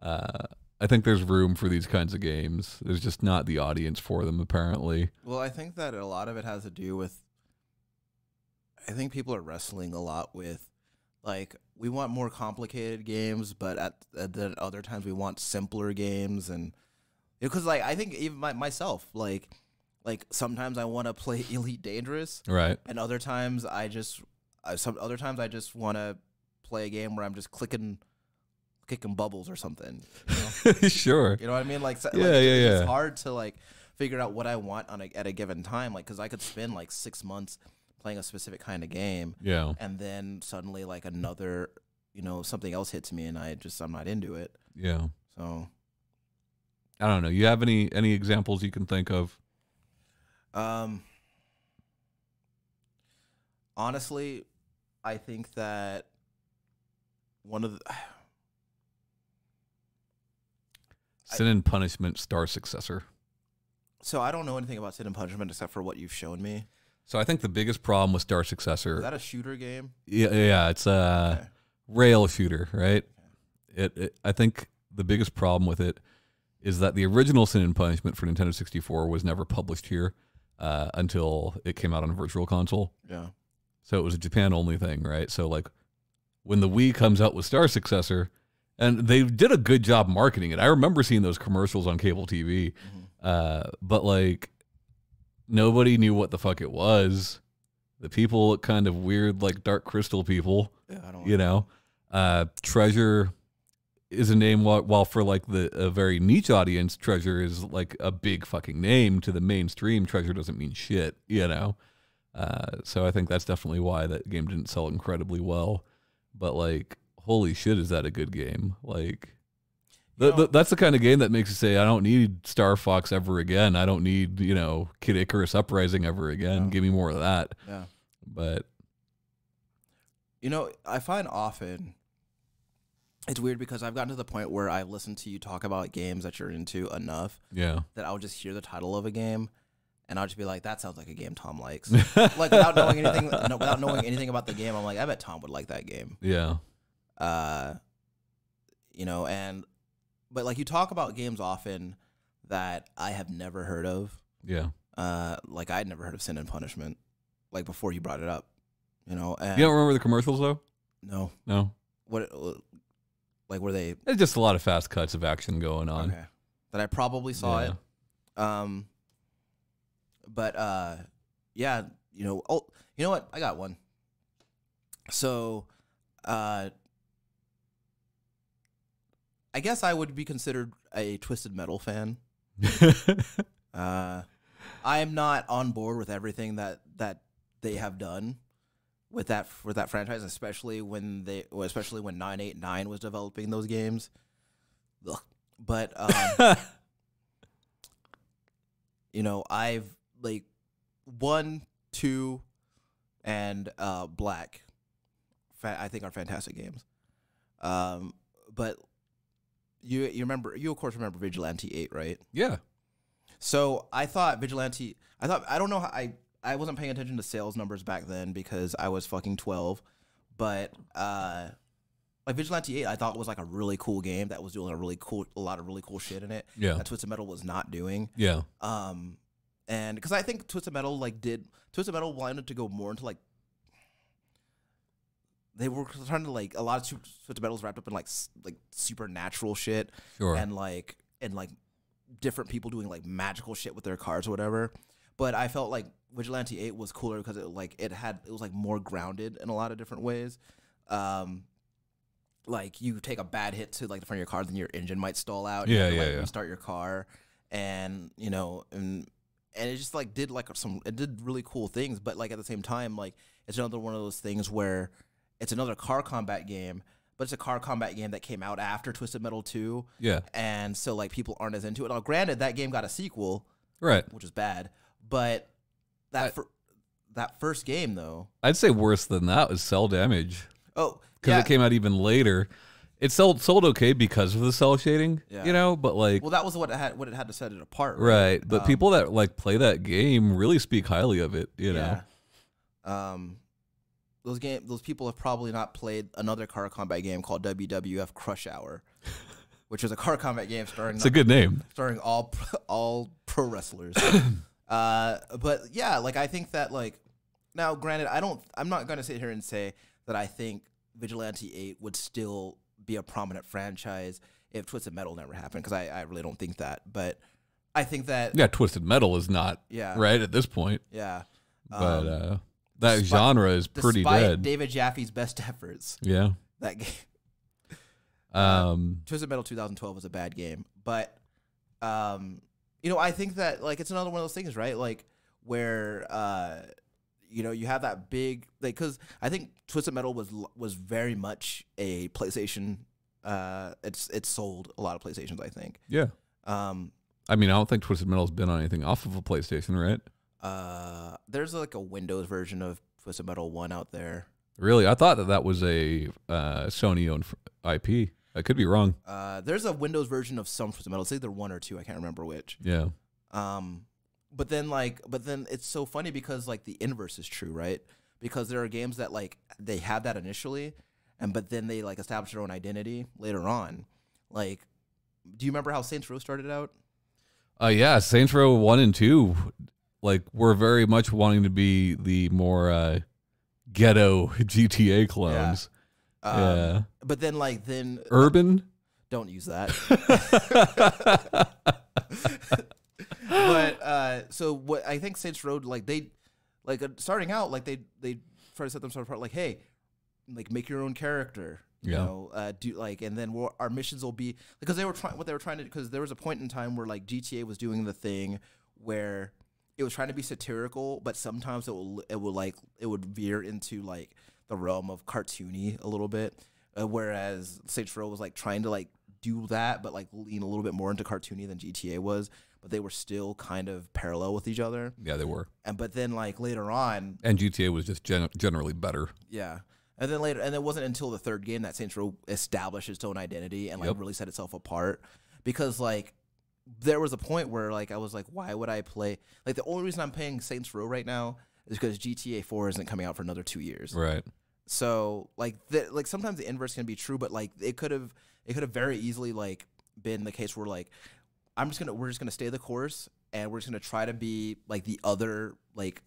Speaker 1: Uh I think there's room for these kinds of games. There's just not the audience for them apparently.
Speaker 2: Well, I think that a lot of it has to do with. I think people are wrestling a lot with, like, we want more complicated games, but at, at then other times we want simpler games, and because like I think even my, myself, like, like sometimes I want to play Elite Dangerous,
Speaker 1: Right.
Speaker 2: and other times I just, I, some other times I just want to play a game where I'm just clicking, kicking bubbles or something. You know?
Speaker 1: sure.
Speaker 2: You know what I mean? Like, so,
Speaker 1: Yeah,
Speaker 2: like, it's-
Speaker 1: yeah,
Speaker 2: It's
Speaker 1: yeah.
Speaker 2: hard to like figure out what I want on a, at a given time. Like, because I could spend like six months playing a specific kind of game,
Speaker 1: Yeah.
Speaker 2: and then suddenly like another, you know, something else hits me, and I just I'm not into it.
Speaker 1: Yeah.
Speaker 2: So
Speaker 1: I don't know. You have any any examples you can think of?
Speaker 2: Um, honestly, I think that one of the,
Speaker 1: Sin and Punishment star successor.
Speaker 2: so I don't know anything about Sin and Punishment except for what you've shown me.
Speaker 1: So I think the biggest problem with star successor
Speaker 2: Is that a shooter game?
Speaker 1: Yeah, yeah, it's a
Speaker 2: Okay.
Speaker 1: rail shooter, right? It, it, I think the biggest problem with it is that the original Sin and Punishment for Nintendo 64 was never published here uh, until it came out on a Virtual Console.
Speaker 2: Yeah.
Speaker 1: So it was a Japan only thing, right? So like when the Wii comes out with Star Successor, and they did a good job marketing it. I remember seeing those commercials on cable TV,
Speaker 2: Mhm.
Speaker 1: uh, but like nobody knew what the fuck it was. The people look kind of weird, like Dark Crystal people
Speaker 2: Yeah, I don't.
Speaker 1: you know uh treasure is a name while, while for like the a very niche audience treasure is like a big fucking name to the mainstream treasure doesn't mean shit you know uh so i think that's definitely why that game didn't sell incredibly well but like holy shit is that a good game like
Speaker 2: You
Speaker 1: th-
Speaker 2: know-
Speaker 1: th- that's the kind of game that makes you say, "I don't need Star Fox ever again. I don't need you know Kid Icarus Uprising ever again.
Speaker 2: Yeah.
Speaker 1: Give me more of that."
Speaker 2: Yeah.
Speaker 1: But
Speaker 2: You know, I find often it's weird because I've gotten to the point where I've listened to you talk about games that you're into enough
Speaker 1: yeah,
Speaker 2: that I'll just hear the title of a game and I'll just be like, that sounds like a game Tom likes. like without knowing anything, no, without knowing anything about the game, I'm like, I bet Tom would like that game.
Speaker 1: yeah,
Speaker 2: Uh, you know, and but like you talk about games often that I have never heard of.
Speaker 1: yeah.
Speaker 2: Uh, like I'd never heard of Sin and Punishment, like before you brought it up. You know, and
Speaker 1: You don't remember the commercials though?
Speaker 2: no,
Speaker 1: No.
Speaker 2: what, uh, like were they
Speaker 1: It's just a lot of fast cuts of action going on.
Speaker 2: okay? That I probably saw
Speaker 1: Yeah.
Speaker 2: it. Um, but uh, yeah, you know, oh, you know what? I got one. So, uh, I guess I would be considered a twisted metal fan. Uh, I am not on board with everything that that they have done with that with that franchise, especially when they, well, especially when nine eight nine was developing those games. Ugh. But um, you know, I've like one, two, and uh, black. Fa- I think are fantastic games. Um, but you you remember you of course remember Vigilante Eight, right?
Speaker 1: yeah.
Speaker 2: So I thought Vigilante. I thought I don't know. How, I I wasn't paying attention to sales numbers back then because I was fucking twelve. But uh, like Vigilante Eight, I thought was like a really cool game that was doing a really cool, a lot of really cool shit in it.
Speaker 1: Yeah.
Speaker 2: That Twisted Metal was not doing.
Speaker 1: Yeah.
Speaker 2: Um, and because I think Twisted Metal like did Twisted Metal wanted to go more into like they were trying to like a lot of Tw- Twisted Metal's wrapped up in like s- like supernatural shit
Speaker 1: Sure.
Speaker 2: and like and like different people doing like magical shit with their cars or whatever. But I felt like Vigilante Eight was cooler because it like it had it was like more grounded in a lot of different ways. Um, like you take a bad hit to like the front of your car, then your engine might stall out. You
Speaker 1: Yeah,
Speaker 2: have to,
Speaker 1: yeah,
Speaker 2: like,
Speaker 1: yeah.
Speaker 2: Restart your car, and you know, and and it just like did like some it did really cool things. But like at the same time, like it's another one of those things where it's another car combat game, but it's a car combat game that came out after Twisted Metal Two,
Speaker 1: yeah.
Speaker 2: and so like people aren't as into it. Now, granted, that game got a sequel,
Speaker 1: Right.
Speaker 2: which is bad, but that
Speaker 1: I-
Speaker 2: fir- that first game though,
Speaker 1: I'd say worse than that was cell damage
Speaker 2: oh
Speaker 1: because
Speaker 2: yeah,
Speaker 1: it came out even later. It sold sold okay because of the cell shading,
Speaker 2: Yeah.
Speaker 1: you know, but like
Speaker 2: well that was what it had what it had to set it apart,
Speaker 1: right. But
Speaker 2: Um,
Speaker 1: people that like play that game really speak highly of it, you know.
Speaker 2: know, um, those game those people have probably not played another car combat game called WWF Crush Hour, which is a car combat game starring
Speaker 1: It's a good name.
Speaker 2: starring all all pro wrestlers. uh, but yeah, like I think that like now, granted, I don't. I'm not gonna sit here and say that I think Vigilante Eight would still be a prominent franchise if Twisted Metal never happened because I, I really don't think that. But I think that
Speaker 1: Yeah, Twisted Metal is not
Speaker 2: yeah
Speaker 1: right at this point,
Speaker 2: yeah.
Speaker 1: but
Speaker 2: Um,
Speaker 1: uh, that
Speaker 2: despite-
Speaker 1: genre is pretty
Speaker 2: despite
Speaker 1: dead.
Speaker 2: David Jaffe's best efforts,
Speaker 1: yeah.
Speaker 2: that game Uh,
Speaker 1: Um.
Speaker 2: Twisted Metal 2012 was a bad game, but um, you know, I think that like it's another one of those things, right? Like where uh, y- you know you have that big like because I think Twisted Metal was l- was very much a PlayStation. Uh, it's it's sold a lot of PlayStations, I think.
Speaker 1: Yeah.
Speaker 2: Um,
Speaker 1: I mean, I don't think Twisted Metal's been on anything off of a PlayStation, right?
Speaker 2: uh, there's like a Windows version of Twisted Metal One out there.
Speaker 1: Really, I thought that that was a uh, Sony-owned fr- IP. I could be wrong.
Speaker 2: Uh, there's a Windows version of some Twisted Metal. It's either one or two. I can't remember which.
Speaker 1: Yeah.
Speaker 2: Um, but then like, but then it's so funny because like the inverse is true, right? Because there are games that like they had that initially, and but then they like establish their own identity later on. Like, do you remember how Saints Row started out?
Speaker 1: Uh, yeah, Saints Row one and two, like we're very much wanting to be the more uh, ghetto GTA clones.
Speaker 2: Um,
Speaker 1: Yeah.
Speaker 2: But then like then
Speaker 1: Urban.
Speaker 2: don't use that. but uh, so what I think Saints Row like they like uh, starting out like they they try to set themselves apart like hey like make your own character you
Speaker 1: Yeah.
Speaker 2: know uh, do like and then we'll, our missions will be because they were trying what they were trying to because there was a point in time where like GTA was doing the thing where it was trying to be satirical but sometimes it will it will like it would veer into like the realm of cartoony a little bit uh, whereas Saints Row was like trying to like do that but like lean a little bit more into cartoony than GTA was but they were still kind of parallel with each other
Speaker 1: yeah, they were.
Speaker 2: and but then like later on
Speaker 1: And GTA was just gen- generally better.
Speaker 2: yeah. And then later, and it wasn't until the third game that Saints Row established its own identity and like
Speaker 1: Yep.
Speaker 2: really set itself apart. Because like, there was a point where like I was like, why would I play? Like the only reason I'm playing Saints Row right now is because GTA Four isn't coming out for another two years.
Speaker 1: Right.
Speaker 2: So like, the, like sometimes the inverse can be true, but like it could have it could have very easily like been the case where like I'm just gonna we're just gonna stay the course and we're just gonna try to be like the other like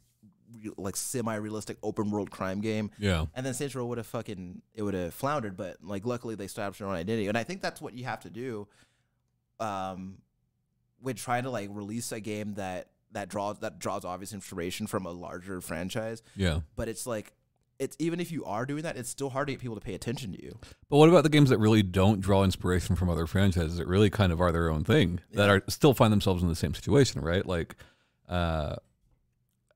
Speaker 2: re- like semi realistic open world crime game
Speaker 1: Yeah.
Speaker 2: and then Saints Row would have fucking it would have floundered, but like luckily they established their own identity, and I think that's what you have to do, um, when trying to like release a game that that draws that draws obvious inspiration from a larger franchise.
Speaker 1: Yeah.
Speaker 2: But it's like it's even if you are doing that, it's still hard to get people to pay attention to you.
Speaker 1: But what about the games that really don't draw inspiration from other franchises that really kind of are their own thing that are still find themselves in the same situation, right? Like, uh,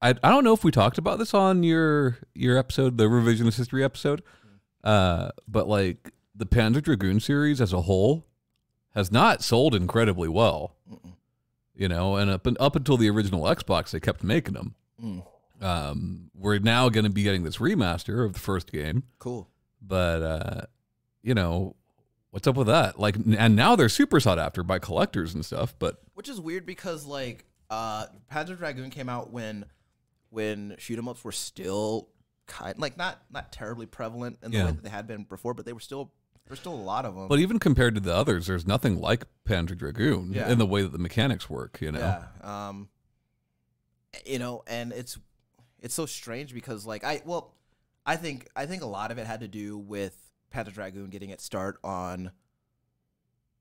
Speaker 1: I I don't know if we talked about this on your your episode, the revisionist history episode, uh, but like the Panzer Dragoon series as a whole has not sold incredibly well, you know, and up and up until the original Xbox, they kept making them.
Speaker 2: Mm.
Speaker 1: Um, we're now going to be getting this remaster of the first game
Speaker 2: Cool.
Speaker 1: but uh, you know what's up with that like n- and now they're super sought after by collectors and stuff but
Speaker 2: Which is weird because like uh Panzer Dragoon came out when when shoot 'em ups were still kind like not not terribly prevalent in the
Speaker 1: Yeah.
Speaker 2: way that they had been before, but they were still there's still a lot of them.
Speaker 1: but even compared to the others there's nothing like panzer dragoon
Speaker 2: Yeah.
Speaker 1: in the way that the mechanics work you know
Speaker 2: Yeah. Um, you know, and it's it's so strange because like I well, I think I think a lot of it had to do with Panzer Dragoon getting its start on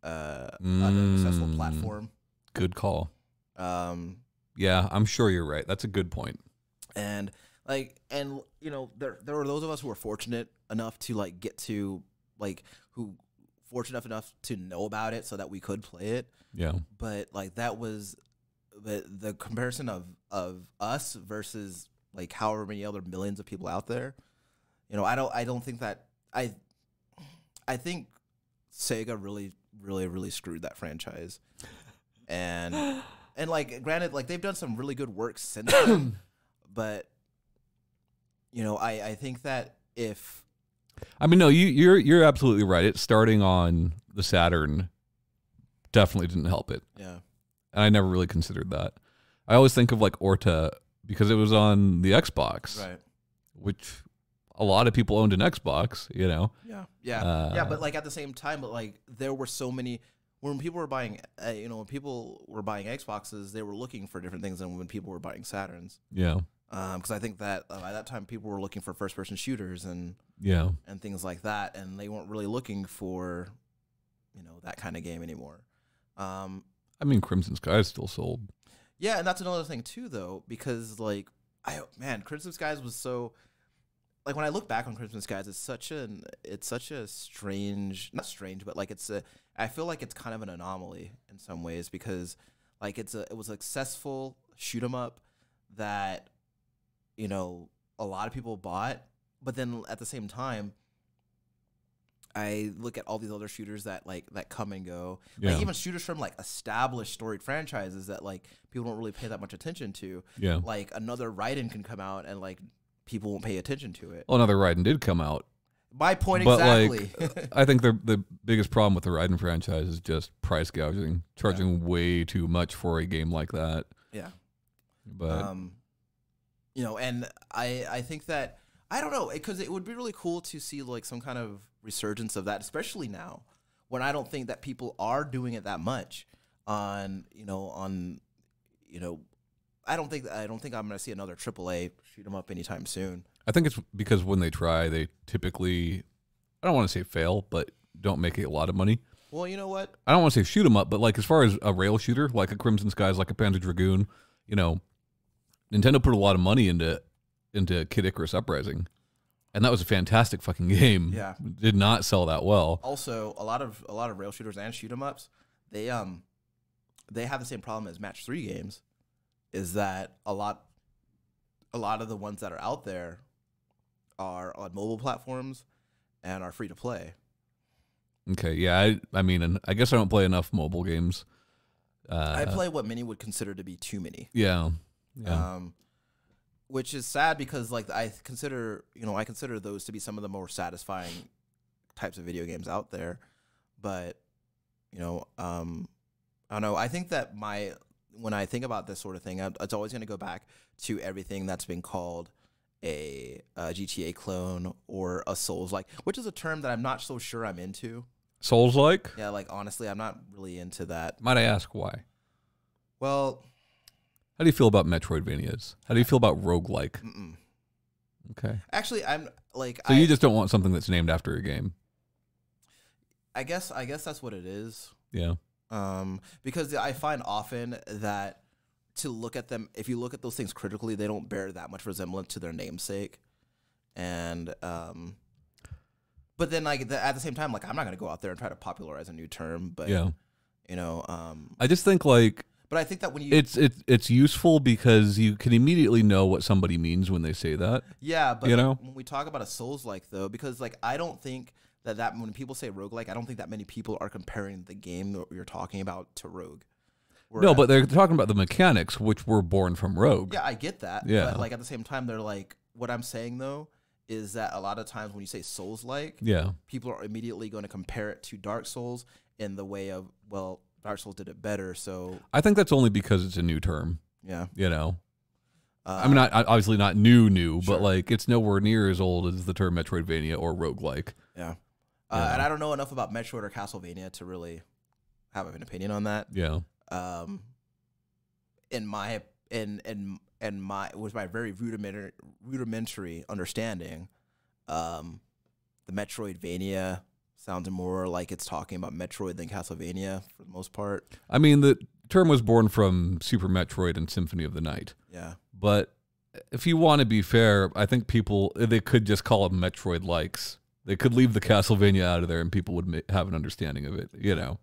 Speaker 2: uh on an accessible
Speaker 1: Mm.
Speaker 2: platform.
Speaker 1: good call
Speaker 2: Um,
Speaker 1: yeah i'm sure you're right that's a good point
Speaker 2: and like and you know there there were those of us who were fortunate enough to like get to like who fortunate enough to know about it so that we could play it.
Speaker 1: yeah
Speaker 2: but like that was the the comparison of of us versus like however many other millions of people out there you know i don't i don't think that i i think sega really really really screwed that franchise and and like granted like they've done some really good work since then but you know i i think that if
Speaker 1: i mean no you you're you're absolutely right it's starting on the saturn definitely didn't help it
Speaker 2: yeah
Speaker 1: and i never really considered that i always think of like orta because it was on the xbox
Speaker 2: right
Speaker 1: which a lot of people owned an Xbox, you know.
Speaker 2: Yeah, yeah, yeah. But like at the same time, but like there were so many when people were buying, uh, you know, when people were buying Xboxes, they were looking for different things than when people were buying Saturns.
Speaker 1: Yeah.
Speaker 2: Because I think that uh, by that time people were looking for first-person shooters and
Speaker 1: Yeah.
Speaker 2: and things like that, and they weren't really looking for, you know, that kind of game anymore. Um,
Speaker 1: I mean Crimson Sky still sold.
Speaker 2: yeah, and that's another thing too, though, because like I man, Crimson Skies was so like when I look back on Crimson Skies, it's such an it's such a strange not strange, but like it's a I feel like it's kind of an anomaly in some ways because like it's a it was a successful shoot 'em up that you know a lot of people bought. But then at the same time, I look at all these other shooters that like that come and go.
Speaker 1: Yeah.
Speaker 2: Like even shooters from like established storied franchises that like people don't really pay that much attention to.
Speaker 1: Yeah.
Speaker 2: Like another Raiden can come out and like people won't pay attention to it.
Speaker 1: Well, Oh, another Raiden did come out,
Speaker 2: My point
Speaker 1: but
Speaker 2: exactly.
Speaker 1: like, I think the the biggest problem with the Raiden franchise is just price gouging, charging way too much for a game like that.
Speaker 2: yeah.
Speaker 1: But
Speaker 2: um, you know, and I I think that I don't know because it would be really cool to see like some kind of resurgence of that, especially now when I don't think that people are doing it that much on you know on you know I don't think I don't think I'm gonna see another AAA shoot 'em up anytime soon.
Speaker 1: I think it's because when they try, they typically, I don't want to say fail, but don't make a lot of money.
Speaker 2: Well, you know what?
Speaker 1: I don't want to say shoot 'em up, but like as far as a rail shooter, like a Crimson Skies, like a Panzer Dragoon, you know, Nintendo put a lot of money into into Kid Icarus Uprising, and that was a fantastic fucking game.
Speaker 2: Yeah.
Speaker 1: did not sell that well.
Speaker 2: Also, a lot of a lot of rail shooters and shoot 'em ups, they um they have the same problem as match three games, is that a lot a lot of the ones that are out there are on mobile platforms and are free to play.
Speaker 1: Okay, yeah, I, I mean, and I guess I don't play enough mobile games. Uh,
Speaker 2: I play what many would consider to be too many.
Speaker 1: yeah, yeah,
Speaker 2: Um, which is sad because like I consider you know I consider those to be some of the more satisfying types of video games out there, but you know um, I don't know I think that my when I think about this sort of thing I, it's always going to go back to everything that's been called a, a GTA clone or a Souls like which is a term that I'm not so sure I'm into
Speaker 1: Souls like.
Speaker 2: yeah like honestly I'm not really into that
Speaker 1: Might I ask why?
Speaker 2: well
Speaker 1: How do you feel about Metroidvanias? How do you feel about roguelike?
Speaker 2: mm-mm.
Speaker 1: Okay.
Speaker 2: actually I'm like
Speaker 1: So
Speaker 2: I,
Speaker 1: you just don't want something that's named after a game.
Speaker 2: I guess I guess that's what it is.
Speaker 1: Yeah.
Speaker 2: Um, because I find often that to look at them, if you look at those things critically, they don't bear that much resemblance to their namesake. And um, but then like the, at the same time, like I'm not gonna go out there and try to popularize a new term, but
Speaker 1: Yeah.
Speaker 2: you know, um,
Speaker 1: I just think like
Speaker 2: but I think that when you
Speaker 1: it's it's it's useful because you can immediately know what somebody means when they say that.
Speaker 2: Yeah, but
Speaker 1: You
Speaker 2: like,
Speaker 1: know?
Speaker 2: when we talk about a Souls like though, because like I don't think that that when people say roguelike, I don't think that many people are comparing the game that you're talking about to Rogue.
Speaker 1: No,
Speaker 2: Whereas-
Speaker 1: but they're talking about the mechanics which were born from Rogue.
Speaker 2: yeah, I get that.
Speaker 1: Yeah.
Speaker 2: but like at the same time, they're like, what I'm saying though is that a lot of times when you say Souls like,
Speaker 1: Yeah.
Speaker 2: people are immediately going to compare it to Dark Souls in the way of well, Dark Souls did it better, so
Speaker 1: I think that's only because it's a new term,
Speaker 2: yeah.
Speaker 1: you know.
Speaker 2: Uh,
Speaker 1: I mean not obviously not new new,
Speaker 2: Sure.
Speaker 1: but like it's nowhere near as old as the term Metroidvania or roguelike.
Speaker 2: yeah. Uh, And I don't know enough about Metroid or Castlevania to really have an opinion on that.
Speaker 1: Yeah.
Speaker 2: um, in my in in in my was my very rudimentary rudimentary understanding, um, the Metroidvania sounds more like it's talking about Metroid than Castlevania for the most part.
Speaker 1: I mean the term was born from Super Metroid and Symphony of the Night.
Speaker 2: Yeah,
Speaker 1: But if you want to be fair, I think people they could just call it Metroid likes. They could leave the Castlevania out of there, and people would ma- have an understanding of it. You know,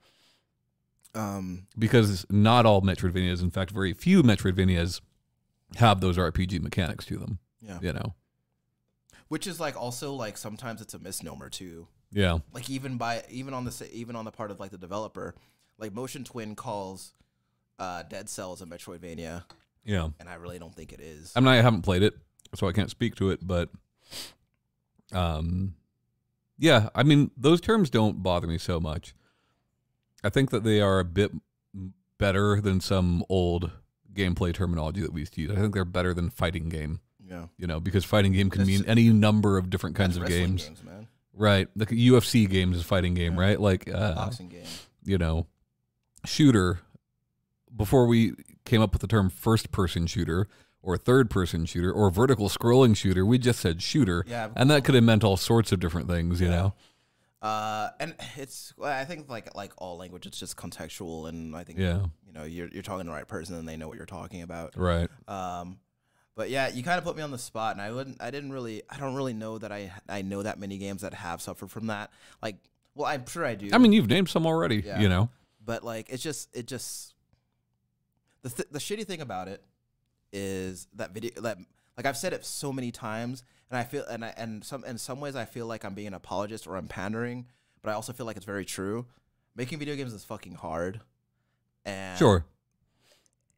Speaker 2: um,
Speaker 1: because not all Metroidvanias, in fact, very few Metroidvanias have those RPG mechanics to them.
Speaker 2: yeah,
Speaker 1: You know,
Speaker 2: which is like also like sometimes it's a misnomer too.
Speaker 1: yeah,
Speaker 2: Like even by even on the s- even on the part of like the developer, like Motion Twin calls. Uh, Dead Cells a Metroidvania,
Speaker 1: yeah.
Speaker 2: and I really don't think it is.
Speaker 1: I mean, I haven't played it, so I can't speak to it, but um yeah, I mean, those terms don't bother me so much. I think that they are a bit m- better than some old gameplay terminology that we used to use. I think they're better than fighting game,
Speaker 2: yeah,
Speaker 1: you know, because fighting game can
Speaker 2: That's-
Speaker 1: mean any number of different kinds
Speaker 2: That's
Speaker 1: of
Speaker 2: wrestling
Speaker 1: games.
Speaker 2: games, man,
Speaker 1: Right. Like UFC games is fighting game,
Speaker 2: Yeah.
Speaker 1: right? Like uh,
Speaker 2: boxing game.
Speaker 1: you know, shooter, before we came up with the term first person shooter or third person shooter or vertical scrolling shooter, we just said shooter.
Speaker 2: Yeah.
Speaker 1: And that could have meant all sorts of different things, you
Speaker 2: Yeah.
Speaker 1: know?
Speaker 2: Uh, and it's well, I think like like all language, it's just contextual, and I think
Speaker 1: Yeah.
Speaker 2: you know you're you're talking to the right person, and they know what you're talking about.
Speaker 1: Right.
Speaker 2: Um, but yeah, you kind of put me on the spot, and I wouldn't, I didn't really, I don't really know that I I know that many games that have suffered from that. Like, well, I'm sure I do.
Speaker 1: I mean, you've named some already,
Speaker 2: Yeah.
Speaker 1: you know?
Speaker 2: but like it's just it just the th- the shitty thing about it is that video that Like I've said it so many times, and I feel and I, and some in some ways I feel like I'm being an apologist or I'm pandering, but I also feel like it's very true. Making video games is fucking hard, and
Speaker 1: Sure.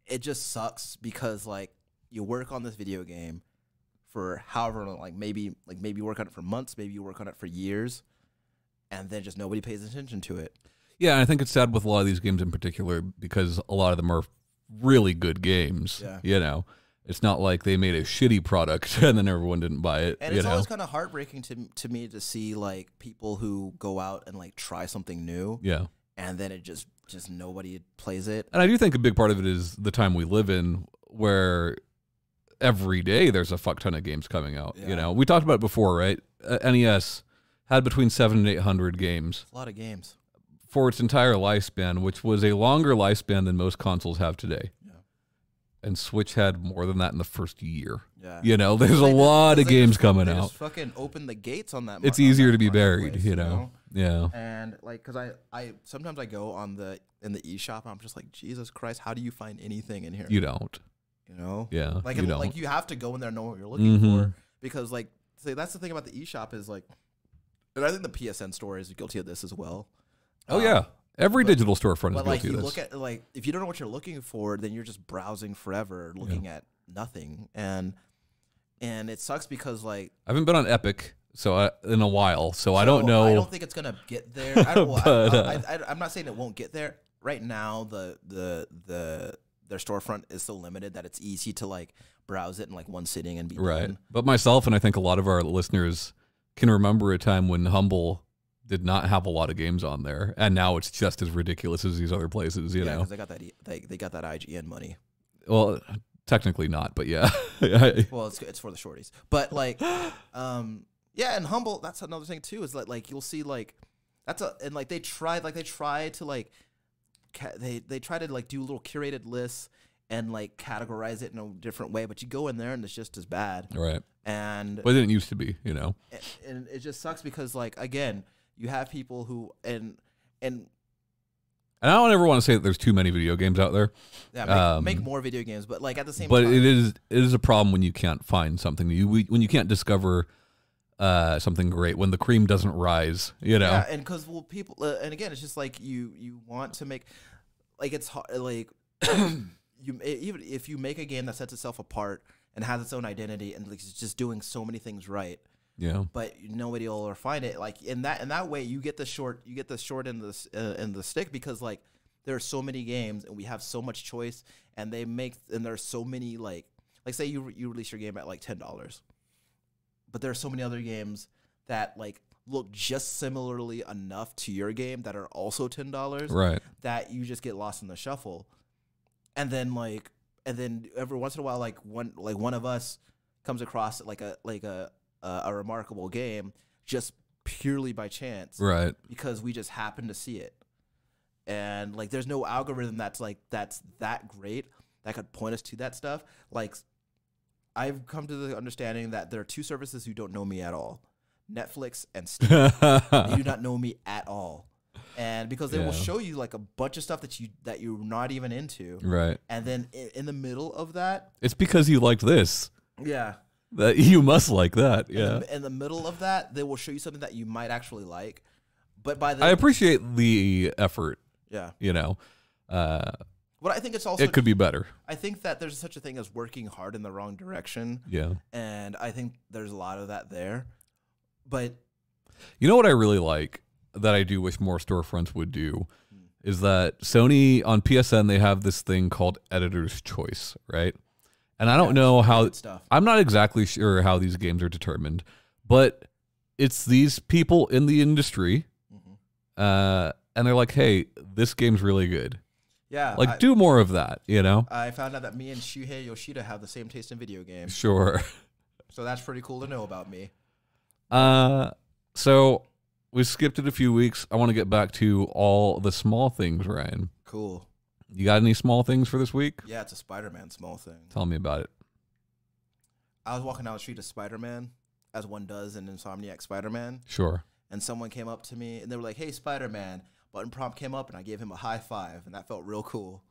Speaker 2: it just sucks because like you work on this video game for however long, like maybe like maybe you work on it for months, maybe you work on it for years, and then just nobody pays attention to it.
Speaker 1: Yeah, and I think it's sad with a lot of these games in particular because a lot of them are really good games.
Speaker 2: Yeah.
Speaker 1: You know, it's not like they made a shitty product and then everyone didn't buy it.
Speaker 2: And
Speaker 1: you
Speaker 2: it's
Speaker 1: know?
Speaker 2: always kind of heartbreaking to to me to see like people who go out and like try something new
Speaker 1: yeah.
Speaker 2: and then it just just nobody plays it.
Speaker 1: And I do think a big part of it is the time we live in where every day there's a fuck ton of games coming out.
Speaker 2: Yeah.
Speaker 1: You know, we talked about it before, right? Uh, NES had between seven and 800 games
Speaker 2: It's a lot of games.
Speaker 1: for its entire lifespan, which was a longer lifespan than most consoles have today.
Speaker 2: Yeah.
Speaker 1: And Switch had more than that in the first year.
Speaker 2: Yeah.
Speaker 1: You know, there's a lot of games coming
Speaker 2: they
Speaker 1: out.
Speaker 2: Just fucking open the gates on that. mar-
Speaker 1: It's
Speaker 2: on
Speaker 1: easier
Speaker 2: that
Speaker 1: to be buried,
Speaker 2: marketplace,
Speaker 1: you know? Yeah.
Speaker 2: And like, cause I I sometimes I go on the in the eShop and I'm just like, Jesus Christ, how do you find anything in here?
Speaker 1: You don't.
Speaker 2: You know?
Speaker 1: Yeah.
Speaker 2: Like
Speaker 1: you
Speaker 2: and,
Speaker 1: don't.
Speaker 2: like you have to go in there and know what you're looking
Speaker 1: Mhm.
Speaker 2: for because like say that's the thing about the eShop is like, and I think the PSN store is guilty of this as well.
Speaker 1: oh,
Speaker 2: Um,
Speaker 1: yeah. Every digital storefront is
Speaker 2: But like
Speaker 1: guilty
Speaker 2: you
Speaker 1: of this.
Speaker 2: look at like if you don't know what you're looking for, then you're just browsing forever, looking at nothing, and and it sucks because like
Speaker 1: I haven't been on Epic so I, in a while, so I don't
Speaker 2: so
Speaker 1: know.
Speaker 2: oh, I don't think it's gonna get there. I don't, well,
Speaker 1: But, uh,
Speaker 2: I, I, I, I'm not saying it won't get there. Right now, the the the their storefront is so limited that it's easy to like browse it in like one sitting and be
Speaker 1: right.
Speaker 2: done.
Speaker 1: Um, But myself and I think a lot of our listeners can remember a time when Humble did not have a lot of games on there, and now it's just as ridiculous as these other places. You
Speaker 2: yeah,
Speaker 1: know,
Speaker 2: because they got that E- they they got that IGN money.
Speaker 1: well, technically not, but yeah,
Speaker 2: Well, it's it's for the shorties, but like, um, yeah, and humble. That's another thing too. Is that like you'll see like that's a and like they try like they try to like ca- they they try to like do little curated lists and like categorize it in a different way, but you go in there and it's just as bad.
Speaker 1: right.
Speaker 2: And
Speaker 1: But it didn't used to be. You know,
Speaker 2: a- and it just sucks because like again, you have people who and and
Speaker 1: and I don't ever want to say that there's too many video games out there,
Speaker 2: yeah, make,
Speaker 1: Um,
Speaker 2: make more video games, but like at the same
Speaker 1: but
Speaker 2: time,
Speaker 1: it is it is a problem when you can't find something. You we, when you can't discover uh, something great when the cream doesn't rise. You know,
Speaker 2: Yeah, and because well, people, uh, and again, it's just like you you want to make, like it's hard, like you e- even if you make a game that sets itself apart and has its own identity and like it's just doing so many things right,
Speaker 1: yeah.
Speaker 2: but nobody will ever find it. Like in that in that way, you get the short you get the short end of the s- uh, end of the stick because like there are so many games and we have so much choice and they make and there are so many like like say you re- you release your game at like ten dollars, but there are so many other games that like look just similarly enough to your game that are also ten dollars
Speaker 1: Right.
Speaker 2: that you just get lost in the shuffle. And then like and then every once in a while like one like one of us comes across like a like a a, a remarkable game just purely by chance
Speaker 1: Right.
Speaker 2: because we just happen to see it. And like there's no algorithm that's like that's that great that could point us to that stuff. Like I've come to the understanding that there are two services who don't know me at all. Netflix and Steam they do not know me at all and because they
Speaker 1: Yeah.
Speaker 2: will show you like a bunch of stuff that you that you're not even into
Speaker 1: right.
Speaker 2: and then in, in the middle of that
Speaker 1: It's because you like this
Speaker 2: yeah
Speaker 1: that you must like that. Yeah.
Speaker 2: in, the, in the middle of that they will show you something that you might actually like but by the
Speaker 1: I appreciate the effort,
Speaker 2: yeah
Speaker 1: you know. Uh,
Speaker 2: what i think it's also
Speaker 1: it could be better.
Speaker 2: i think that there's such a thing as working hard in the wrong direction
Speaker 1: Yeah.
Speaker 2: and i think there's a lot of that there but
Speaker 1: You know what I really like that I do wish more storefronts would do
Speaker 2: Hmm.
Speaker 1: is that Sony on PSN they have this thing called editor's choice, right? And I don't know how
Speaker 2: good stuff
Speaker 1: I'm not exactly sure how these games are determined, but it's these people in the industry
Speaker 2: Mhm.
Speaker 1: uh, and they're like, "Hey, this game's really good.
Speaker 2: yeah
Speaker 1: Like
Speaker 2: I,
Speaker 1: do more of that, you know?"
Speaker 2: I found out that me and shuhei yoshida have the same taste in video games
Speaker 1: Sure.
Speaker 2: so that's pretty cool to know about me
Speaker 1: Uh, so we skipped it a few weeks. I want to get back to all the small things, Ryan.
Speaker 2: cool
Speaker 1: You got any small things for this week?
Speaker 2: Yeah, it's a Spider Man small thing.
Speaker 1: Tell me about it.
Speaker 2: I was walking down the street as Spider Man, as one does in Insomniac Spider Man,
Speaker 1: Sure.
Speaker 2: and someone came up to me and they were like, hey, Spider Man. Button prompt came up and I gave him a high five, and that felt real cool.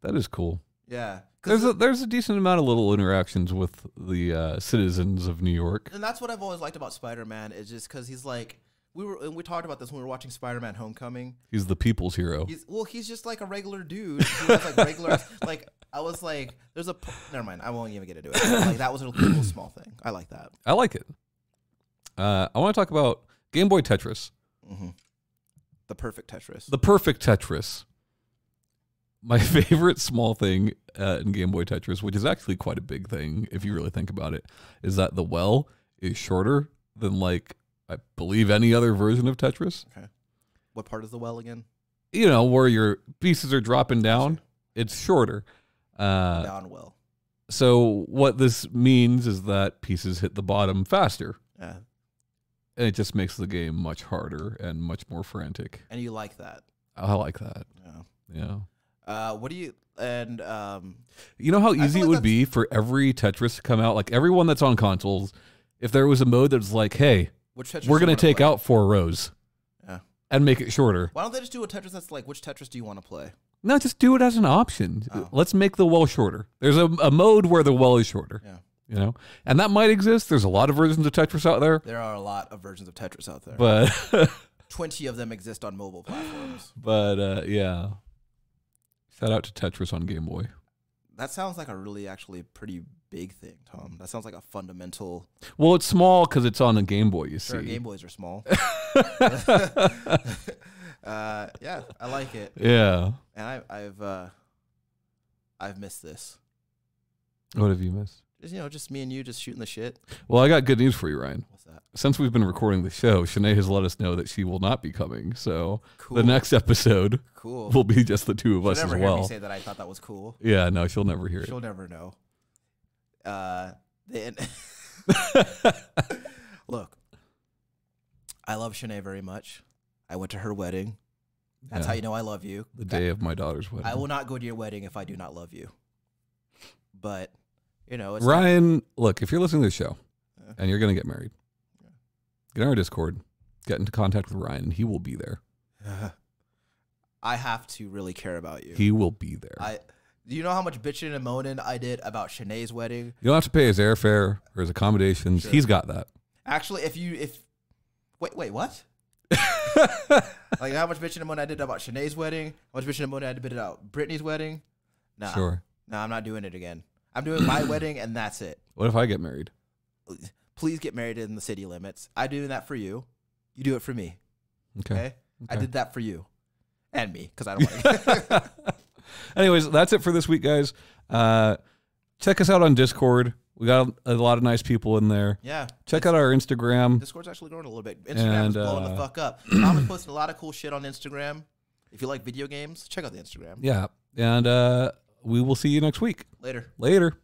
Speaker 1: That is cool.
Speaker 2: Yeah. 'Cause
Speaker 1: There's a there's a decent amount of little interactions with the uh, citizens of New York.
Speaker 2: and that's what I've always liked about Spider Man is just because he's like we were and we talked about this when we were watching Spider Man Homecoming.
Speaker 1: He's the people's hero.
Speaker 2: He's well, he's just like a regular dude. He has like regular like I was like, there's a p- never mind. I won't even get into it. Like that was a little small thing. I like that.
Speaker 1: I like it. Uh, I want to talk about Game Boy Tetris,
Speaker 2: The perfect Tetris.
Speaker 1: the perfect Tetris. My favorite small thing uh, in Game Boy Tetris, which is actually quite a big thing if you really think about it, is that the well is shorter than like I believe any other version of Tetris.
Speaker 2: what part is the well again?
Speaker 1: You know where your pieces are dropping down, it's shorter. Uh,
Speaker 2: Down well.
Speaker 1: So what this means is that pieces hit the bottom faster,
Speaker 2: Yeah.
Speaker 1: and it just makes the game much harder and much more frantic.
Speaker 2: And you like that.
Speaker 1: I like that.
Speaker 2: Yeah.
Speaker 1: Yeah.
Speaker 2: Uh, what do you and um
Speaker 1: You know how
Speaker 2: feel
Speaker 1: easy it
Speaker 2: like
Speaker 1: would be for every Tetris to come out, like everyone that's on consoles, if there was a mode that's like, "Hey,
Speaker 2: which Tetris
Speaker 1: we're
Speaker 2: do you
Speaker 1: gonna
Speaker 2: wanna
Speaker 1: take
Speaker 2: play?
Speaker 1: out four rows
Speaker 2: Yeah.
Speaker 1: and make it shorter."
Speaker 2: Why don't they just do a Tetris that's like which Tetris do you want to play?
Speaker 1: No, just do it as an option.
Speaker 2: Oh.
Speaker 1: Let's make the well shorter. There's a, a mode where the well is shorter.
Speaker 2: Yeah.
Speaker 1: You know, and that might exist. There's a lot of versions of Tetris out there,
Speaker 2: There are a lot of versions of Tetris out there.
Speaker 1: but
Speaker 2: Twenty of them exist on mobile platforms.
Speaker 1: But uh, yeah, shout out to Tetris on Game Boy.
Speaker 2: That sounds like a really actually pretty big thing, Tom. That sounds like a fundamental.
Speaker 1: Well, it's small because it's on a Game Boy. You
Speaker 2: Sure,
Speaker 1: see,
Speaker 2: Game Boys are small. uh, yeah, I like it,
Speaker 1: yeah.
Speaker 2: and I, I've uh, I've missed this.
Speaker 1: What have you missed?
Speaker 2: Just, you know, just me and you just shooting the shit.
Speaker 1: Well, I got good news for you, Ryan.
Speaker 2: What's that?
Speaker 1: Since we've been recording the show, Shanae has let us know that she will not be coming. So
Speaker 2: Cool.
Speaker 1: the next episode
Speaker 2: cool.
Speaker 1: will be just the two of
Speaker 2: She'll
Speaker 1: us as
Speaker 2: never hear me
Speaker 1: well.
Speaker 2: say that I thought that was cool.
Speaker 1: Yeah, no, she'll never hear it.
Speaker 2: She'll never know. Uh, then look, I love Shanae very much. I went to her wedding. That's
Speaker 1: Yeah.
Speaker 2: how you know I love you.
Speaker 1: the day of my daughter's wedding.
Speaker 2: I will not go to your wedding if I do not love you. But you know, it's not-
Speaker 1: Ryan, look, if you're listening to the show
Speaker 2: Yeah.
Speaker 1: and you're going to get married, get on our Discord, get into contact with Ryan, and he will be there.
Speaker 2: I have to really care about you.
Speaker 1: He will be there.
Speaker 2: I, do you know how much bitching and moaning I did about Shanae's wedding?
Speaker 1: You don't have to pay his airfare or his accommodations.
Speaker 2: Sure.
Speaker 1: He's got that.
Speaker 2: Actually, if you if wait wait what? like how much bitching and moaning I did about Shanae's wedding? How much bitching and moaning I did about Brittany's wedding? Nah,
Speaker 1: Sure.
Speaker 2: nah, I'm not doing it again. I'm doing my wedding and that's it.
Speaker 1: What if I get married?
Speaker 2: Please get married in the city limits. I do that for you. You do it for me.
Speaker 1: Okay.
Speaker 2: Okay, I
Speaker 1: Okay.
Speaker 2: did that for you and me because I don't. Like
Speaker 1: Anyways, that's it for this week, guys. Uh, check us out on Discord. We got a lot of nice people in there.
Speaker 2: yeah,
Speaker 1: Check out our Instagram.
Speaker 2: Discord's actually growing a little bit. Instagram
Speaker 1: And,
Speaker 2: is blowing
Speaker 1: uh,
Speaker 2: the fuck up. Tom is posting a lot of cool shit on Instagram. If you like video games, check out the Instagram.
Speaker 1: Yeah. And uh, we will see you next week.
Speaker 2: Later.
Speaker 1: Later.